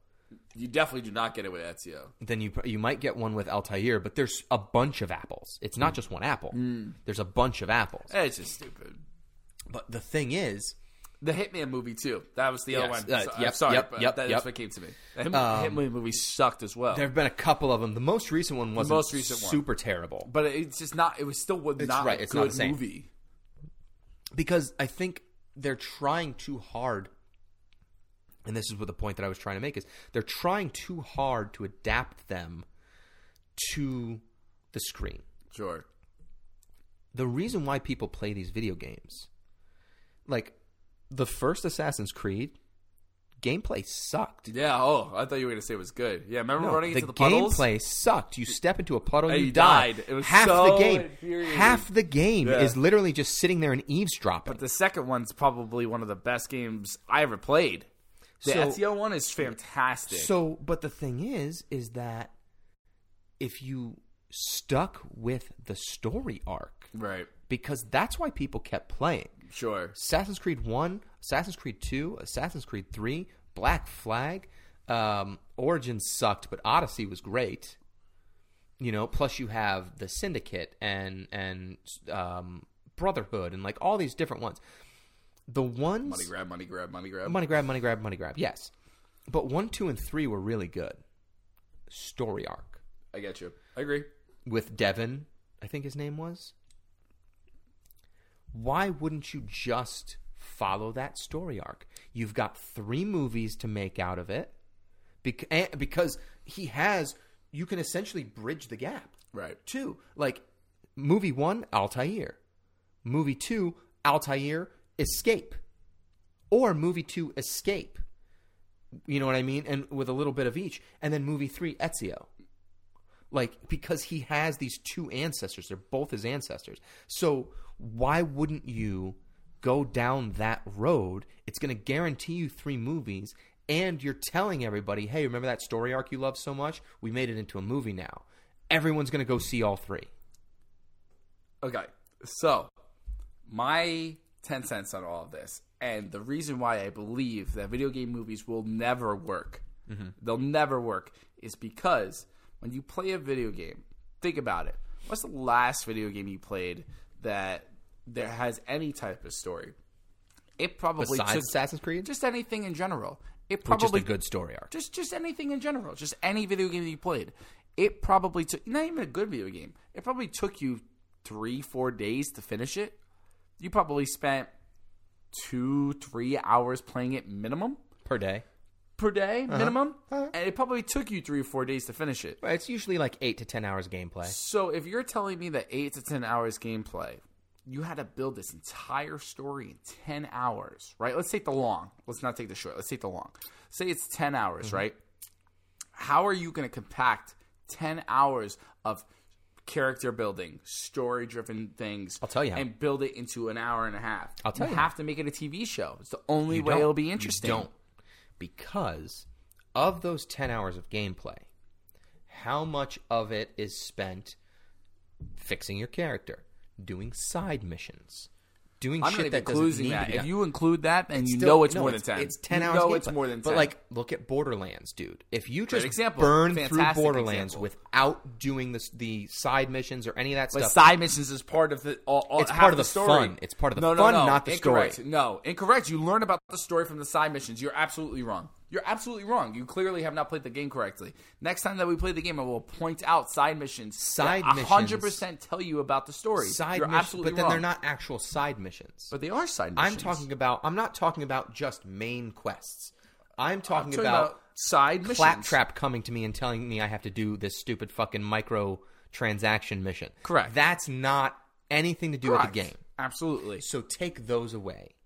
C: You definitely do not get it with Ezio.
E: Then you pr- you might get one with Altair, but there's a bunch of apples. It's
C: Mm.
E: not just one apple. There's a bunch of apples.
C: Eh, It's just stupid.
E: But the thing is,
C: The Hitman movie too. That was the other
E: Yes.
C: one.
E: Uh,
C: So- I'm
E: yep,
C: sorry,
E: yep,
C: but
E: yep,
C: that's
E: yep. Um,
C: what came to me. The Hitman, Hitman movie sucked as well.
E: there have been a couple of them. The most recent one was
C: most recent one.
E: super terrible.
C: but it's just not. It was still was not
E: right,
C: a
E: it's
C: good
E: not the same.
C: movie.
E: because I think they're trying too hard. And this is what the point that I was trying to make is they're trying too hard to adapt them to the screen.
C: Sure.
E: The reason why people play these video games, like the first Assassin's Creed, gameplay sucked.
C: Yeah. Oh, I thought you were gonna say it was good. Yeah. Remember
E: No,
C: running
E: the
C: into the puddles?
E: gameplay sucked. You step into a puddle,
C: And
E: you,
C: you
E: die.
C: died. It was
E: half
C: so
E: the game.
C: infuriating.
E: Half the game
C: Yeah.
E: is literally just sitting there and eavesdropping.
C: But the second one's probably one of the best games I ever played. The
E: So-
C: Ezio one is fantastic.
E: So, but the thing is, is that if you stuck with the story arc,
C: right.
E: because that's why people kept playing
C: Sure.
E: Assassin's Creed 1, Assassin's Creed 2, Assassin's Creed 3, Black Flag. Um, Origin sucked, but Odyssey was great. You know, plus you have the Syndicate and and um, Brotherhood and like all these different ones. The ones
C: Money grab. Money grab. Money grab.
E: Money grab, money grab, money grab. Yes, but one, two, and three were really good. Story arc
C: I get you. I agree.
E: with Devin, I think his name was. Why wouldn't you just follow that story arc? You've got three movies to make out of it, bec- and- because he has. You can essentially bridge the gap.
C: Right.
E: Two, like movie one, Altair. Movie two, Altair, Escape. Or movie two, Escape. You know what I mean? And with a little bit of each. And then movie three, Ezio. Like, because he has these two ancestors. They're both his ancestors. So why wouldn't you go down that road? It's going to guarantee you three movies. And you're telling everybody, hey, remember that story arc you love so much? We made it into a movie now. Everyone's going to go see all three.
C: Okay. So, my 10 cents on all of this, and the reason why I believe that video game movies will never work,
E: Mm-hmm.
C: they'll never work, is because when you play a video game, think about it. What's the last video game you played that there has any type of story? It probably
E: Besides
C: took-
E: Assassin's Creed?
C: just anything in general. It
E: Or just
C: probably
E: a good story arc.
C: just just anything in general, just any video game that you played. It probably took not even a good video game. It probably took you three, four days to finish it. You probably spent two, three hours playing it minimum
E: per day.
C: per day, minimum, and it probably took you three or four days to finish it.
E: Right, it's usually like eight to ten hours of gameplay.
C: So if you're telling me that eight to ten hours gameplay, you had to build this entire story in ten hours, right? Let's take the long. Let's not take the short. Let's take the long. Say it's ten hours,
E: Mm-hmm.
C: right? How are you going to compact ten hours of character building, story driven things?
E: I'll tell you how.
C: and build it into an hour and a half.
E: I'll tell you
C: have to make it a TV show. It's the only way
E: don't.
C: it'll be
E: You
C: interesting.
E: don't. Because of those ten hours of gameplay, how much of it is spent fixing your character, doing side missions, doing
C: I'm not
E: shit
C: even
E: that doesn't
C: including
E: need
C: that.
E: to be
C: If
E: done?
C: you include that, then you
E: Still-
C: know it's
E: no,
C: more than ten.
E: It's ten
C: you
E: hours.
C: Know
E: gameplay.
C: it's more than ten.
E: But like, look at Borderlands, dude. If you just
C: example.
E: burn
C: Fantastic
E: through Borderlands
C: example.
E: without doing this, the side missions or any of that
C: But
E: stuff,
C: side missions is part of the. All, all,
E: It's
C: half
E: part of
C: the
E: the
C: story.
E: fun. It's part of the fun, not the
C: incorrect.
E: story.
C: No, incorrect. You learn about the story from the side missions. You're absolutely wrong. You're absolutely wrong. You clearly have not played the game correctly. Next time that we play the game, I will point out side missions.
E: Side
C: that
E: missions-
C: 100% tell you about the story.
E: side
C: You're
E: missions,
C: absolutely
E: but then
C: wrong.
E: they're not actual side missions.
C: But they are side missions.
E: I'm talking about. I'm not talking about just main quests. I'm talking,
C: Talking
E: about,
C: side missions.
E: claptrap coming to me and telling me I have to do this stupid fucking micro transaction mission.
C: Correct.
E: That's not anything to do
C: Correct.
E: with the game.
C: Absolutely.
E: So take those away.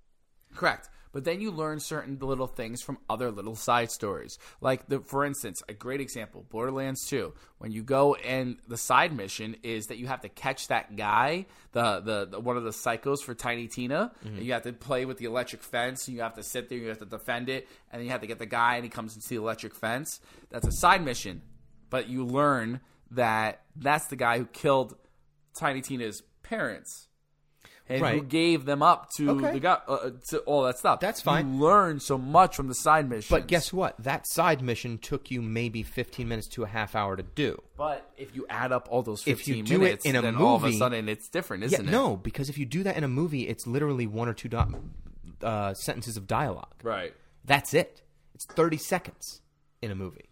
C: Correct. But then you learn certain little things from other little side stories. Like the for instance, a great example, Borderlands 2. When you go and the side mission is that you have to catch that guy, the the, the one of the psychos for Tiny Tina. And you have to play with the electric fence, and you have to sit there, you have to defend it, and then you have to get the guy and he comes into the electric fence. That's a side mission. But you learn that that's the guy who killed Tiny Tina's parents and who
E: Right.
C: gave them up to
E: Okay.
C: the guy uh, to all that stuff.
E: That's fine.
C: You learn so much from the side missions.
E: But guess what? That side mission took you maybe 15 minutes to a half hour to do.
C: But if you add up all those
E: If you
C: fifteen
E: do it
C: minutes,
E: in a
C: then all of a
E: movie-
C: sudden it's different, isn't
E: yeah,
C: it?
E: no, because if you do that in a movie, it's literally one or two do- uh, sentences of dialogue.
C: right.
E: That's it. It's 30 seconds in a movie.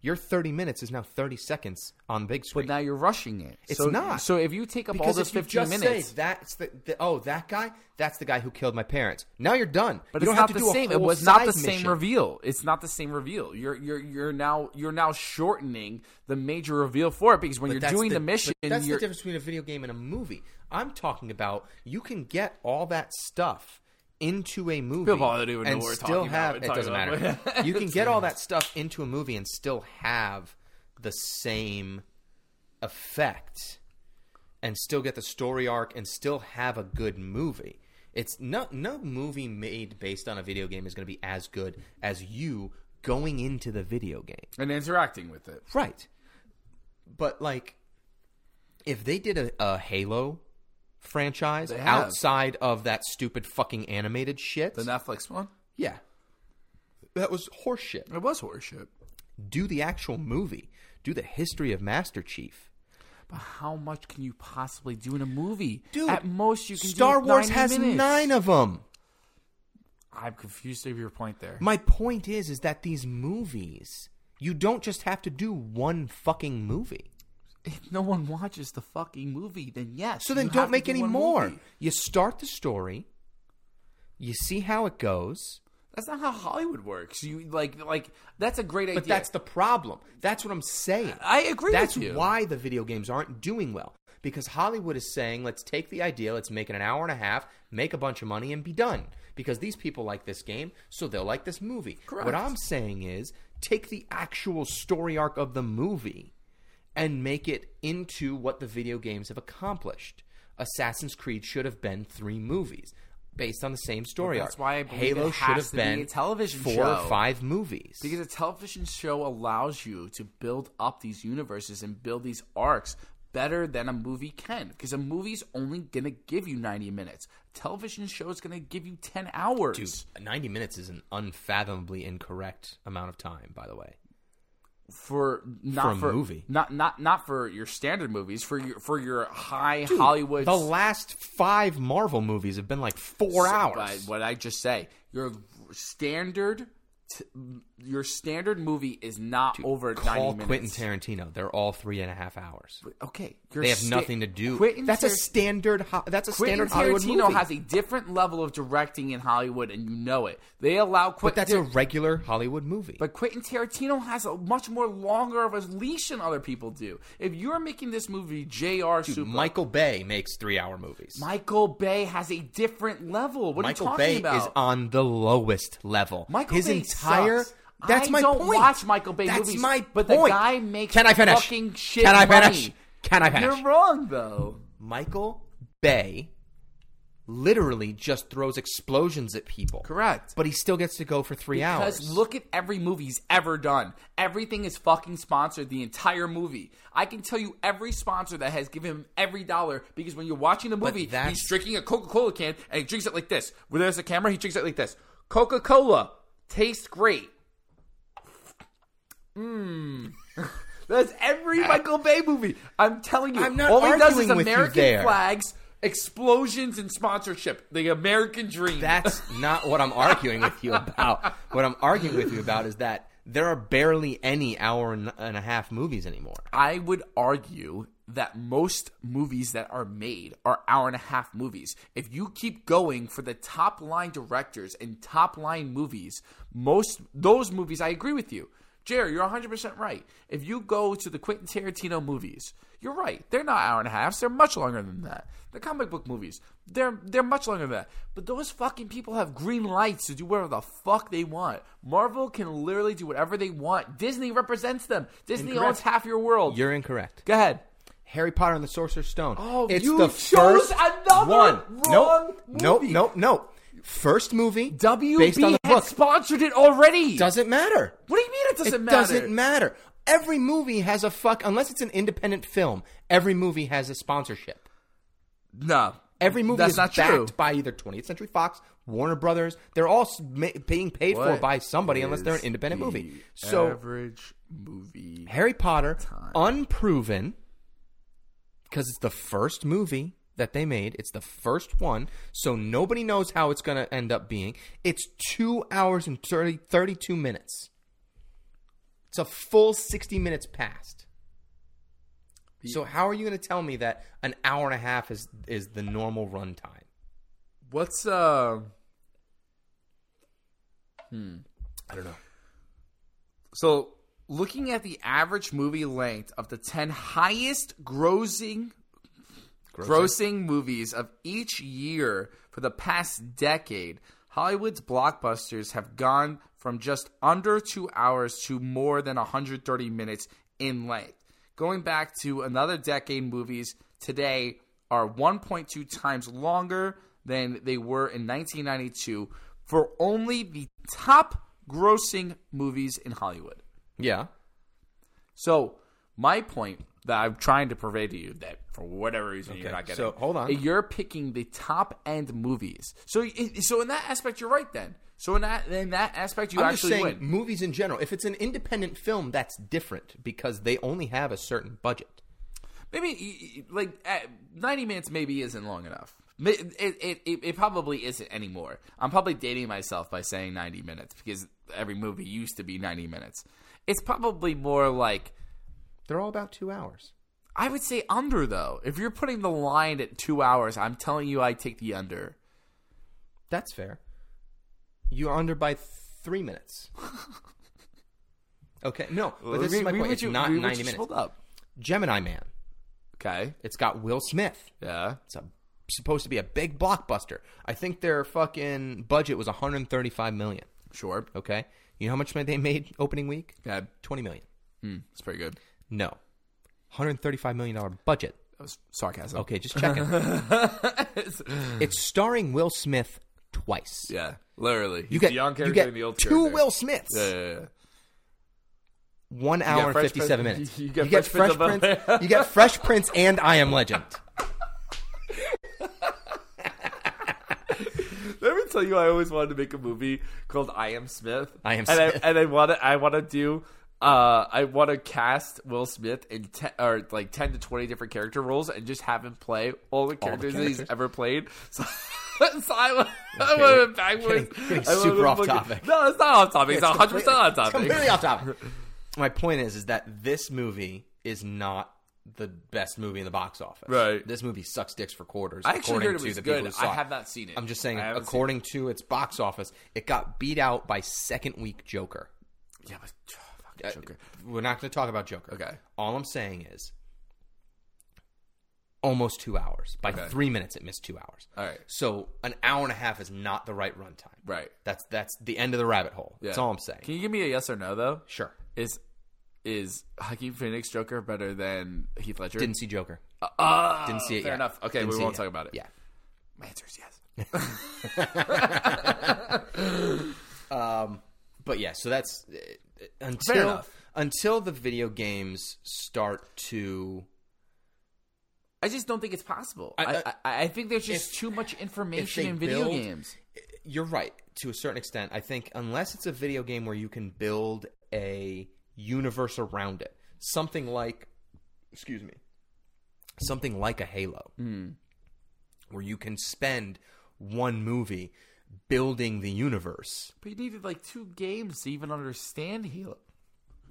E: Your 30 minutes is now 30 seconds on big
C: But
E: screen.
C: now you're rushing it.
E: It's
C: so,
E: not.
C: So if you take up all
E: because
C: those
E: if you
C: fifteen
E: just
C: minutes,
E: say that's the, the oh that guy that's the guy who killed my parents. Now you're done.
C: But
E: you
C: it's
E: don't have
C: not
E: to
C: the
E: do a
C: same. It
E: whole
C: was not
E: side
C: the same
E: mission.
C: reveal. It's not the same reveal. You're you're you're now you're now shortening the major reveal for it because when
E: But
C: you're
E: that's
C: doing the,
E: but
C: mission,
E: That's
C: you're,
E: the difference between a video game and a movie. I'm talking about you can get all that stuff into a movie
C: People probably don't even know
E: and
C: what we're
E: still
C: talking
E: have
C: about.
E: it
C: We're
E: doesn't
C: talking
E: matter.
C: about-
E: you can get all that stuff into a movie and still have the same effect and still get the story arc and still have a good movie. It's no no movie made based on a video game is going to be as good as you going into the video game.
C: and interacting with it.
E: Right. But like if they did a, a Halo franchise
C: They have.
E: outside of that stupid fucking animated shit.
C: The Netflix one.
E: yeah. That was horseshit.
C: It was horseshit.
E: Do the actual movie. Do the history of Master Chief.
C: But how much can you possibly do in a movie?
E: Dude,
C: at most you can.
E: Star
C: do
E: Wars
C: 90
E: has
C: minutes.
E: 9 of them.
C: I'm confused of your point there.
E: My point is is that these movies, you don't just have to do one fucking movie.
C: if no one watches the fucking movie, then yes.
E: So then
C: you have
E: don't
C: to
E: make
C: do
E: any
C: one
E: more.
C: movie.
E: You start the story, you see how it goes.
C: That's not how Hollywood works. You like like that's a great idea.
E: But that's the problem. That's what I'm saying.
C: I agree with
E: That's
C: you.
E: why the video games aren't doing well. Because Hollywood is saying, let's take the idea, let's make it an hour and a half, make a bunch of money, and be done. Because these people like this game, so they'll like this movie.
C: Correct.
E: What I'm saying is, take the actual story arc of the movie and make it into what the video games have accomplished. Assassin's Creed should have been three movies based on the same story
C: But that's
E: arc.
C: why I believe
E: Halo
C: it
E: should
C: has
E: have
C: to be
E: been
C: a television
E: four
C: show.
E: or five movies.
C: Because a television show allows you to build up these universes and build these arcs better than a movie can. Because a movie's only going to give you 90 minutes. A television show is going to give you 10 hours.
E: Dude, 90 minutes is an unfathomably incorrect amount of time, by the way.
C: for not
E: a
C: for,
E: movie.
C: Not not not for your standard movies, for your for your high Hollywood
E: The last five Marvel movies have been like four hours.
C: But what I just say, your standard t- your standard movie is not over 90
E: Call
C: minutes.
E: Quentin Tarantino. They're all three and a half hours.
C: Okay, your
E: They have
C: sta-
E: nothing to do.
C: Quentin
E: that's a
C: Tar-
E: standard. ho- That's a
C: Quentin
E: standard Hollywood
C: Tarantino
E: movie.
C: has a different level of directing in Hollywood, and you know it. They allow
E: but
C: Quentin,
E: that's a regular Hollywood movie.
C: but Quentin Tarantino has a much more longer of a leash than other people do. If you're making this movie, J.R. Super,
E: Michael Bay makes three-hour movies.
C: Michael Bay has a different level. What
E: Michael
C: are you talking
E: Bay
C: about?
E: is on the lowest level.
C: Michael
E: His
C: Bay
E: entire.
C: sucks.
E: That's
C: I
E: my
C: don't
E: point.
C: watch Michael Bay
E: That's
C: movies,
E: my
C: but the
E: point.
C: guy makes
E: Can I finish?
C: fucking shit
E: Can I finish?
C: money.
E: Can I finish?
C: You're wrong though.
E: Michael Bay literally just throws explosions at people.
C: Correct.
E: But he still gets to go for three
C: Because
E: hours.
C: look at every movie he's ever done. Everything is fucking sponsored, the entire movie. I can tell you every sponsor that has given him every dollar because when you're watching the movie,
E: that's-
C: he's drinking a Coca Cola can and he drinks it like this. Where there's a camera, he drinks it like this. Coca Cola tastes great. Mmm. That's every Michael Bay movie. I'm telling you.
E: I'm not
C: all he does is
E: arguing with you
C: American
E: there.
C: flags, explosions, and sponsorship. The American dream.
E: That's not what I'm arguing with you about. What I'm arguing with you about is that there are barely any hour and and a half movies anymore.
C: I would argue that most movies that are made are hour and a half movies. If you keep going for the top line directors and top line movies, most those movies I agree with you. Jerry, you're 100% right. If you go to the Quentin Tarantino movies, you're right. They're not hour and a half. They're much longer than that. The comic book movies, they're they're much longer than that. But those fucking people have green lights to do whatever the fuck they want. Marvel can literally do whatever they want. Disney represents them. Disney owns half your world.
E: You're incorrect.
C: go ahead.
E: Harry Potter and the Sorcerer's Stone.
C: Oh,
E: it's
C: you
E: the
C: chose
E: first
C: another
E: one.
C: wrong
E: nope, nope,
C: movie.
E: nope, nope. First movie
C: WB
E: based on the
C: had
E: book
C: sponsored it already.
E: doesn't matter.
C: what do you mean it doesn't
E: it
C: matter?
E: doesn't matter. Every movie has a fuck unless it's an independent film. Every movie has a sponsorship.
C: No.
E: Every movie
C: That's
E: is
C: not
E: backed
C: true.
E: by either 20th Century Fox, Warner Brothers. They're all s- ma- being paid for
C: What
E: by somebody unless they're an
C: is
E: independent
C: the
E: movie. So
C: average movie.
E: Harry Potter, unproven, because it's the first movie that they made. It's the first one, so nobody knows how it's going to end up being. It's two hours and 30, 32 minutes. It's a full 60 minutes past. So how are you going to tell me that an hour and a half is is the normal runtime?
C: What's uh hmm,
E: I don't know.
C: so looking at the average movie length of the 10 highest grossing grossing movies of each year for the past decade, Hollywood's blockbusters have gone from just under two hours to more than 130 minutes in length. Going back to another decade, movies today are 1.2 times longer than they were in 1992 for only the top grossing movies in Hollywood.
E: Yeah.
C: So my point that I'm trying to purvey to you that for whatever reason you're
E: Okay,
C: not getting.
E: so hold on.
C: You're picking the top end movies. So i- so in that aspect, you're right. Then so in that in that aspect, you
E: I'm just
C: actually
E: saying
C: win.
E: movies in general. If it's an independent film, that's different because they only have a certain budget.
C: Maybe y- y- like at 90 minutes maybe isn't long enough. Ma- It, it, it, it probably isn't anymore. I'm probably dating myself by saying 90 minutes because every movie used to be 90 minutes. It's probably more like
E: They're all about two hours.
C: I would say under though. If you're putting the line at two hours, I'm telling you, I take the under.
E: That's fair. You're under by three minutes. okay, no, but this is my point. It's not 90 minutes.
C: Hold up.
E: Gemini Man.
C: Okay.
E: It's got Will Smith.
C: Yeah.
E: It's a, supposed to be a big blockbuster. I think their fucking budget was 135 million.
C: Sure.
E: Okay, you know how much money they made opening week?
C: Okay.
E: 20 million.
C: Mm, it's pretty good.
E: No, 135 million dollar budget.
C: That was sarcasm.
E: Okay, just checking. it's starring Will Smith twice.
C: yeah. Literally.
E: You get,
C: the young character
E: you get
C: and the old
E: two
C: character.
E: Will Smiths.
C: Yeah, yeah, yeah.
E: One hour and
C: Fresh
E: fifty seven minutes.
C: Prince- you get Fresh
E: Fresh
C: Prince
E: Prince.
C: of Bel-Air.
E: you get Fresh Prince and I Am Legend.
C: Let me tell you, I always wanted to make a movie called I Am Smith.
E: I Am
C: and
E: Smith.
C: I, and I want to. I want to do. Uh, I want to cast Will Smith in te- or like ten to twenty different character roles and just have him play all the characters, that he's
E: characters.
C: ever played. So, so I went, I went backwards.
E: getting- getting
C: I went
E: super off
C: fucking-
E: topic.
C: No, it's not off topic. It's one hundred percent on
E: It's
C: topic.
E: Completely off topic. My point is, is that this movie is not the best movie in the box office.
C: Right.
E: This movie sucks dicks for quarters.
C: I actually
E: according
C: heard it
E: to
C: was
E: the people
C: good.
E: who saw
C: I
E: it.
C: have not seen it.
E: I'm just saying,
C: I haven't seen
E: according to its box office, it got beat out by second week Joker.
C: it. yeah, but fucking Joker.
E: We're not going to talk about Joker.
C: Okay.
E: All I'm saying is almost two hours. By
C: Okay.
E: three minutes, it missed two hours.
C: All right.
E: So an hour and a half is not the right runtime.
C: Right.
E: That's that's the end of the rabbit hole. That's
C: Yeah.
E: all I'm saying.
C: Can you give me a yes or no though?
E: sure.
C: Is is Joaquin Phoenix Joker better than Heath Ledger?
E: Didn't see Joker.
C: Ah,
E: Didn't see it.
C: Fair
E: yet.
C: enough. Okay,
E: Didn't
C: we
E: see
C: won't
E: yet.
C: talk about it.
E: Yeah.
C: my answer is yes.
E: But yeah, so that's uh, until
C: enough.
E: until the video games start to
C: I just don't think it's possible.
E: I-
C: I I, I think there's just
E: if-
C: too much
E: if they
C: information in video
E: build-
C: games.
E: you're right to a certain extent. I think unless it's a video game where you can build a universe around it, something like, excuse me, something like a Halo, where you can spend one movie building the universe.
C: But you needed like two games to even understand Halo.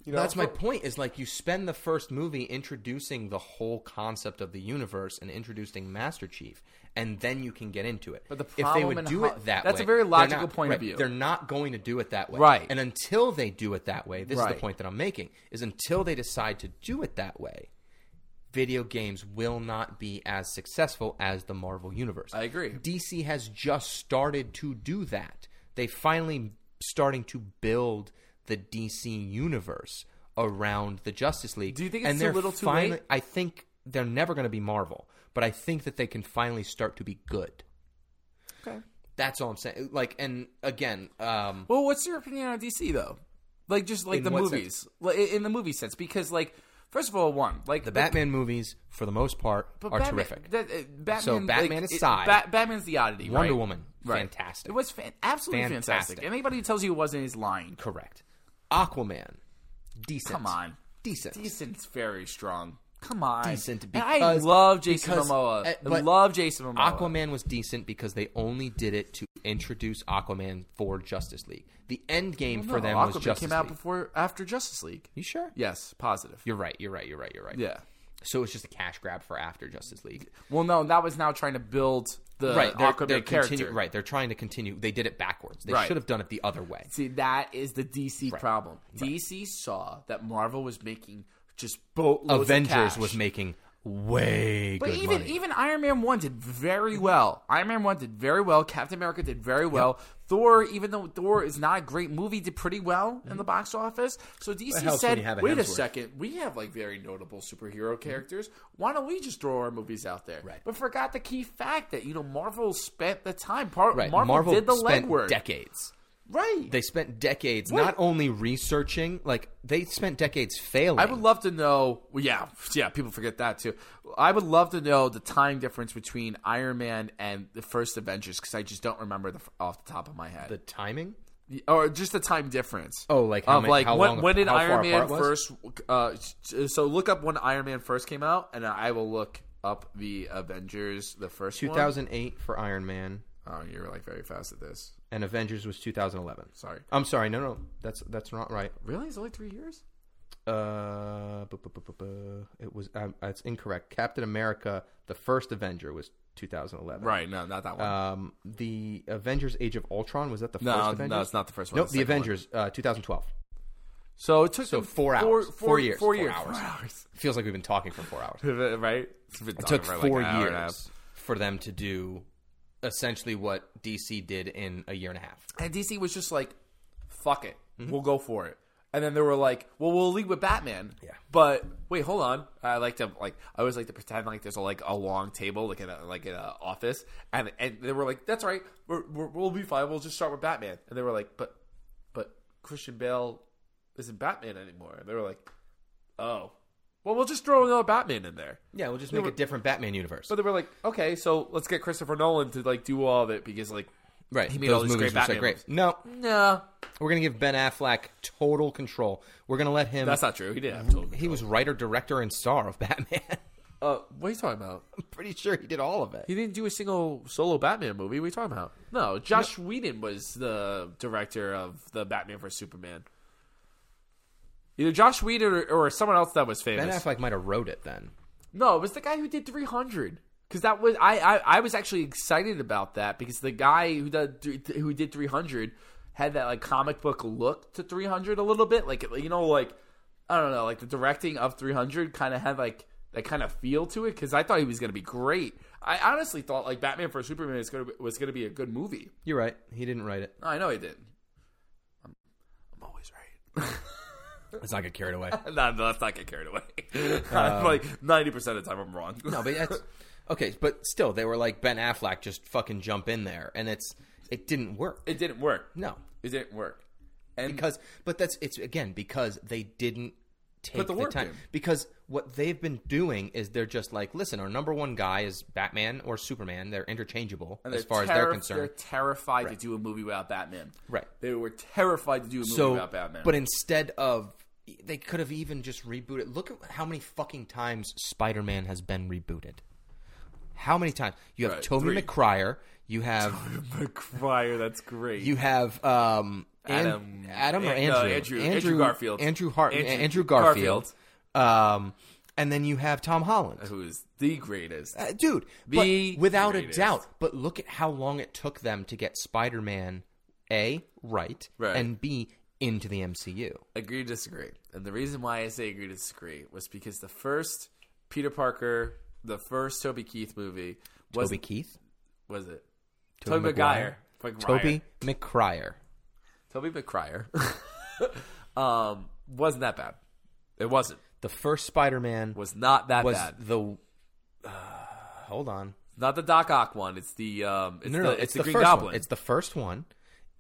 C: You know,
E: That's my point. Is like you spend the first movie introducing the whole concept of the universe and introducing Master Chief, and then you can get into it. But
C: the
E: if they
C: problem in
E: would do
C: Ho-
E: it that
C: that's a
E: way-
C: very
E: they're
C: logical
E: not-
C: point
E: right,
C: of view.
E: They're not going to do it that way,
C: Right.
E: And until they do it that way, this is
C: Right.
E: the point that I'm making: is until they decide to do it that way, video games will not be as successful as the Marvel universe.
C: I agree.
E: DC has just started to do that. They finally starting to build the DC universe around the Justice League.
C: Do you think it's too
E: they're
C: little too
E: finally,
C: late?
E: I think they're never going to be Marvel, but I think that they can finally start to be good.
C: Okay.
E: That's all I'm saying. Like, and again, um,
C: Well, what's your opinion on DC though? Like just like
E: In
C: the
E: what
C: movies, like, in the movie sense, because like first of all, one like
E: the Batman movies, for the most part, are
C: Batman-
E: terrific.
C: that- uh, Batman,
E: So Batman
C: like,
E: aside,
C: it, Ba- Batman's the oddity.
E: Wonder
C: right?
E: Woman,
C: Right.
E: fantastic.
C: It was fan- absolutely fantastic.
E: Fantastic.
C: Anybody who tells you it wasn't is lying.
E: Correct. Aquaman, decent.
C: Come on,
E: decent.
C: decent's very strong. Come on,
E: decent
C: And I
E: because-
C: love Jason
E: because-
C: Momoa.
E: uh,
C: I
E: but
C: love Jason Momoa.
E: Aquaman was decent because they only did it to introduce Aquaman for Justice League. The end game
C: Well, no,
E: for them
C: Aquaman
E: was Justice
C: came out
E: League.
C: before after Justice League.
E: you sure?
C: Yes, positive.
E: You're right. You're right. You're right. You're right.
C: yeah.
E: So it's just a cash grab for after Justice League.
C: Well, no, that was now trying to build the
E: right. They're,
C: Aquaman
E: they're
C: character.
E: continu- Right. They're trying to continue. They did it backwards. They
C: Right.
E: should have done it the other way.
C: See, that is the DC problem. DC saw that Marvel was making just boatloads of
E: Avengers
C: cash.
E: was making way
C: But
E: good
C: even
E: money.
C: even Iron Man one did very well. Iron Man one did very well. Captain America did very well. Thor, even though Thor is not a great movie, did pretty well
E: Mm-hmm.
C: in the box office. So DC
E: helps when
C: said,
E: you have a
C: "Wait a
E: Hemsworth."
C: second, we have like very notable superhero characters. Why don't we just throw our movies out there?"
E: Right.
C: But forgot the key fact that you know Marvel spent the time. Par-
E: right.
C: Marvel, did the
E: spent
C: legwork.
E: decades.
C: right.
E: They spent decades
C: What?
E: not only researching, like they spent decades failing.
C: I would love to know. well, Yeah, yeah, people forget that too. I would love to know the time difference between Iron Man and the first Avengers because I just don't remember the, off the top of my head,
E: the timing.
C: or just the time difference.
E: Oh, like how
C: of
E: many-
C: like
E: how
C: when,
E: long-
C: when did
E: how far
C: Iron Man
E: apart it was?
C: first? Uh, so look up when Iron Man first came out, and I will look up the Avengers, the first one.
E: 2008 for Iron Man.
C: Oh, you're like very fast at this.
E: and Avengers was 2011.
C: Sorry.
E: I'm sorry. No, no, that's that's not right.
C: Really, it's only three years.
E: Uh, bu- bu- bu- bu- bu- it was um, it's incorrect. Captain America: The First Avenger was 2011.
C: Right? No, not that one.
E: Um, the Avengers: Age of Ultron was that the
C: No,
E: first
C: no,
E: Avengers?
C: it's not the first one,
E: Nope,
C: it's
E: the,
C: the second
E: Avengers, uh, 2012.
C: so it took
E: so
C: them
E: four hours. Four years. Four
C: four years,
E: hours.
C: four hours.
E: Feels like we've been talking for four hours.
C: right?
E: It took four years for them to do essentially what DC did in a year and a half.
C: And DC was just like, fuck it. We'll go for it. And then they were like, well, we'll lead with Batman. Yeah. But wait, hold on. I like to like I always like to pretend like there's a, like a long table like in a, like in a office, and and they were like, that's all right. We're, we're, we'll be fine. We'll just start with Batman. And they were like, but but Christian Bale isn't Batman anymore. And they were like, oh, well, we'll just throw another Batman in there.
E: Yeah, we'll just make a different Batman universe.
C: But they were like, okay, so let's get Christopher Nolan to like do all of it because like
E: right,
C: he made
E: those
C: all these
E: movies
C: great
E: were so
C: Batman
E: great.
C: movies.
E: No,
C: no,
E: We're gonna give Ben Affleck total control. We're gonna let him.
C: that's not true. He didn't have total.
E: He was writer, director, and star of Batman.
C: Uh, what are you talking about?
E: I'm pretty sure he did all of it.
C: He didn't do a single solo Batman movie. What are you talking about? No, Josh Whedon was the director of the Batman vs Superman. Either Josh Whedon or, or someone else that was
E: Ben
C: famous.
E: Affleck might have wrote it then.
C: No, it was the guy who did 300. Because that was I, I I was actually excited about that because the guy who did th- who did 300 had that like comic book look to 300 a little bit like you know like I don't know like the directing of 300 kind of had like that kind of feel to it because I thought he was gonna be great. I honestly thought like Batman for Superman is gonna be, was gonna be a good movie.
E: You're right. He didn't write it.
C: I know he did. I'm, I'm always right.
E: Let's not get carried away.
C: no, no, let's not get carried away. I'm like 90 percent of the time I'm wrong.
E: Um, no, but that's okay. But still, they were like Ben Affleck just fucking jump in there, and it's it didn't work.
C: it didn't work.
E: no,
C: It didn't work. And
E: because but that's it's again because they didn't take
C: the
E: the,
C: work
E: time
C: in.
E: because what they've been doing is they're just like listen our number one guy is Batman or Superman they're interchangeable
C: and
E: as far as
C: terri-
E: they're concerned
C: they're terrified to do a movie without Batman.
E: Right.
C: They were terrified to do a movie
E: so
C: without Batman.
E: but instead of they could have even just rebooted look at how many fucking times Spider-Man has been rebooted how many times you have
C: Right,
E: Toby
C: three.
E: McCryer, you have
C: McGuire, that's great.
E: you have um An-
C: Adam-
E: Adam or
C: An-
E: Andrew
C: no, Andrew- Andrew Garfield.
E: Andrew Hart
C: Andrew-
E: Andrew, Garfield. um and then you have Tom Holland
C: who is the greatest?
E: Uh, dude
C: The
E: but without
C: greatest.
E: a doubt but look at how long it took them to get Spider-Man A right,
C: Right.
E: and B into the MCU
C: Agree, to disagree. And the reason why I say agree, to disagree was because the first Peter Parker, the first Toby Keith movie was
E: Toby Keith
C: was it
E: Tobey
C: Toby McGuire.
E: Maguire.
C: McGuire.
E: Toby McCryer
C: Toby McCryer. um, wasn't that bad. It wasn't.
E: the first Spider-Man
C: Was not that
E: was
C: bad.
E: the uh, hold on
C: Not the Doc Ock one. It's the um. It's
E: no,
C: the,
E: no,
C: it's, the, Green
E: first
C: Goblin.
E: One. It's the first one.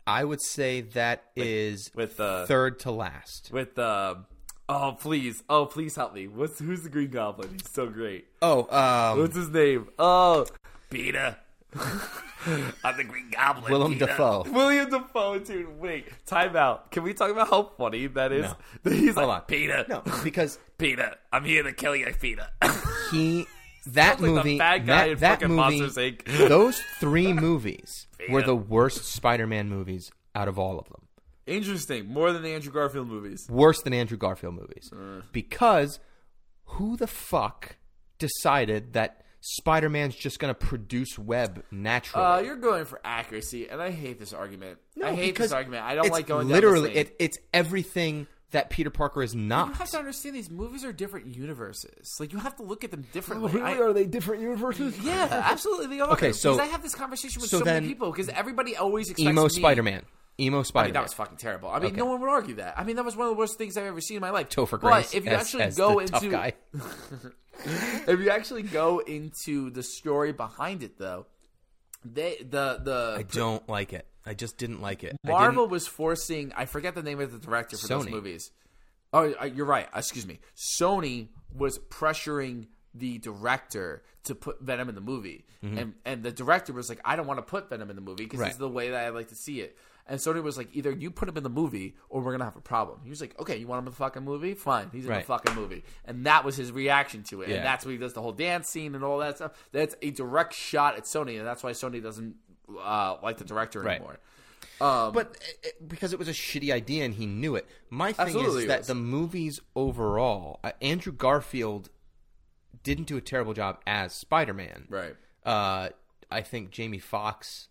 E: I would say that is
C: with, uh,
E: third to last.
C: with um. Oh please! Oh please help me. What's who's the Green Goblin? He's so great.
E: Oh, um,
C: What's his name? Oh, Peter. I'm the Green Goblin.
E: Willem
C: Peter.
E: Dafoe.
C: William Dafoe, dude. Wait, time out. Can we talk about how funny that is? He's like,
E: on.
C: Peter.
E: no, because
C: Peter. I'm here to kill you, Peter.
E: he that
C: like the
E: movie,
C: bad guy
E: that,
C: in
E: that
C: fucking
E: movie,
C: Monsters, Inc.
E: those three movies were
C: Yeah.
E: the worst Spider-Man movies out of all of them.
C: Interesting. More than the Andrew Garfield movies.
E: Worse than Andrew Garfield movies,
C: Uh.
E: because who the fuck decided that Spider-Man's just gonna produce web naturally?
C: Uh, you're going for accuracy, and I hate this argument. I hate this
E: because
C: argument. I don't
E: it's
C: like going
E: literally.
C: down this lane.
E: It, it's everything that Peter Parker is not.
C: You have to understand these movies are different universes. Like you have to look at them differently. I-
E: they different universes?
C: yeah, absolutely they are.
E: Oh, Okay, so-
C: because I have this conversation with so,
E: so
C: many
E: then-
C: people because everybody always expects
E: Emo
C: me-
E: Spider Man. Emo
C: I
E: Spider
C: mean, that
E: Man.
C: was fucking terrible. I mean, no one would argue that. I mean, that was one of the worst things I've ever seen in my life.
E: Topher
C: But
E: Grace
C: if you
E: as-
C: actually
E: as
C: go
E: the
C: into
E: tough guy.
C: if you actually go into the story behind it, though, they the the
E: I don't like it. I just didn't like it. I didn't-
C: Marvel was forcing. I forget the name of the director for those
E: Sony.
C: movies. Oh, uh, you're right. Excuse me. Sony was pressuring the director to put Venom in the movie, and and the director was like, "I don't want to put Venom in the movie because
E: Mm-hmm. Right.
C: it's the way that I like to see it." And Sony was like, "Either you put him in the movie, or we're gonna have a problem." He was like, "Okay, you want him in the fucking movie? Fine, he's in the
E: Right.
C: fucking movie." And that was his reaction to it,
E: Yeah.
C: and that's where he does the whole dance scene and all that stuff. That's a direct shot at Sony, and that's why Sony doesn't uh, like the director
E: Right.
C: anymore.
E: but uh, uh, because it was a shitty idea and he knew it. My thing
C: Absolutely
E: is
C: it
E: that
C: was.
E: the movies overall, uh, Andrew Garfield didn't do a terrible job as Spider Man.
C: Right.
E: Uh, I think Jamie Foxx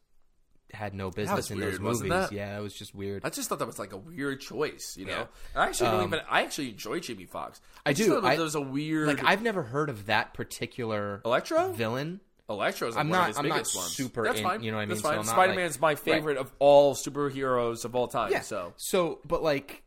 E: had no business
C: was
E: in those
C: weird, wasn't
E: movies.
C: that?
E: Yeah, that was just weird.
C: I just thought that was like a weird choice, you know.
E: Yeah.
C: I actually don't even. I actually enjoy Jamie Foxx. Um, I,
E: I
C: just
E: do.
C: Thought that
E: I-
C: there was a weird
E: like I've never heard of that particular
C: Electro?
E: villain.
C: Electro's. Like
E: I'm
C: one
E: not-
C: Of his
E: I'm not
C: biggest ones.
E: super
C: That's
E: in-
C: fine.
E: you know what I
C: That's
E: mean? So
C: fine.
E: I'm not, like-
C: Spider-Man's my favorite of all superheroes of all time.
E: Yeah.
C: So
E: so, but like,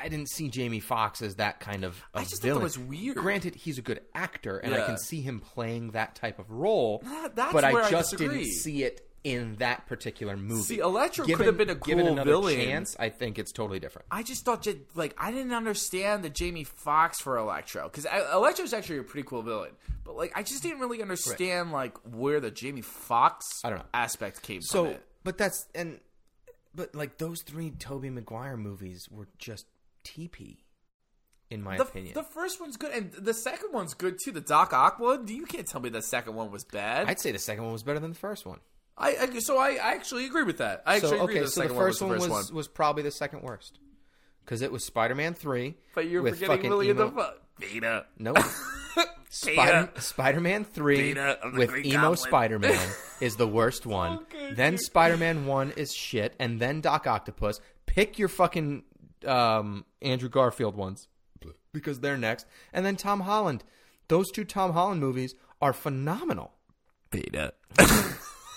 E: I didn't see Jamie Foxx as that kind of. I
C: I just thought that was weird.
E: Granted, he's a good actor, and I
C: Yeah.
E: can see him playing that type of role.
C: That- that's
E: but
C: where I
E: I just
C: disagree.
E: didn't see it in that particular movie.
C: See, Electro
E: Given-
C: could have been a
E: given
C: cool
E: another
C: villain.
E: Chance, I think it's totally different.
C: I just thought, that, like, I didn't understand the Jamie Foxx for Electro because Electro's actually a pretty cool villain, but like, I just didn't really understand like where the Jamie Foxx
E: I don't know.
C: aspect came from.
E: So,
C: it.
E: but that's and but like those three Toby Maguire movies were just teepee, in my
C: the,
E: opinion.
C: the first one's good, and the second one's good too. The Doc Ock one. You can't tell me the second one was bad.
E: I'd say the second one was better than the first one.
C: I, I so I, I actually agree with that. I actually
E: so
C: agree.
E: okay,
C: that the
E: so the
C: second
E: first
C: one was the first
E: was,
C: one.
E: was probably the second worst because it was Spider-Man three.
C: But you're
E: with
C: forgetting
E: fucking
C: Willie
E: emo-
C: the Peter.
E: Nope. Spider- Spider-Man three
C: Beta of the
E: with
C: Green
E: emo
C: Goblin.
E: Spider-Man is the worst one. then Spider-Man one is shit, and then Doc Octopus. Pick your fucking um, Andrew Garfield ones because they're next, and then Tom Holland. Those two Tom Holland movies are phenomenal.
C: Peter.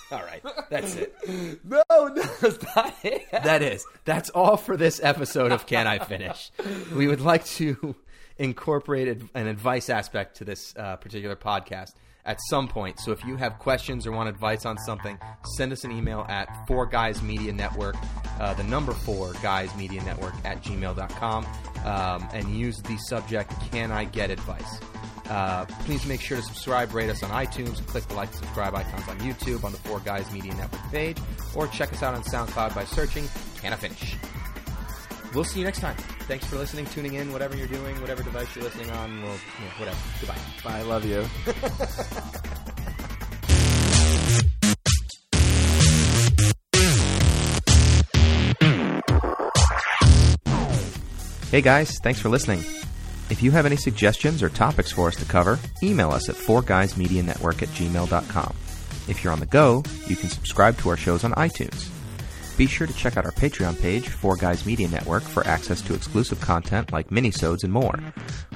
E: All right, that's it.
C: No, no, that's not it.
E: that is. That's all for this episode of Can I Finish? We would like to incorporate ad- an advice aspect to this uh, particular podcast at some point. So if you have questions or want advice on something, send us an email at Four Guys Media Network, uh, the number four Guys Media Network at gmail.com, um, and use the subject Can I Get Advice? Uh, please make sure to subscribe, rate us on iTunes, click the like and subscribe icons on YouTube on the Four Guys Media Network page, or check us out on SoundCloud by searching Can I Finish? We'll see you next time. Thanks for listening, tuning in, whatever you're doing, whatever device you're listening on, we'll, yeah, whatever. Goodbye.
C: I love you.
E: Hey guys, thanks for listening. If you have any suggestions or topics for us to cover, email us at fourguysmedianetwork at gmail.com. If you're on the go, you can subscribe to our shows on iTunes. Be sure to check out our Patreon page, Four Guys Media Network, for access to exclusive content like minisodes and more.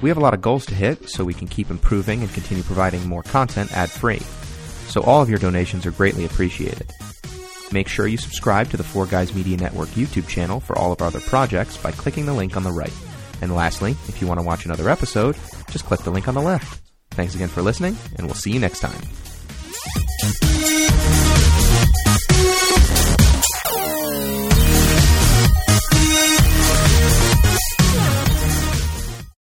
E: We have a lot of goals to hit, so we can keep improving and continue providing more content ad-free. So all of your donations are greatly appreciated. Make sure you subscribe to the Four Guys Media Network YouTube channel for all of our other projects by clicking the link on the right. And lastly, if you want to watch another episode, just click the link on the left. Thanks again for listening, and we'll see you next time.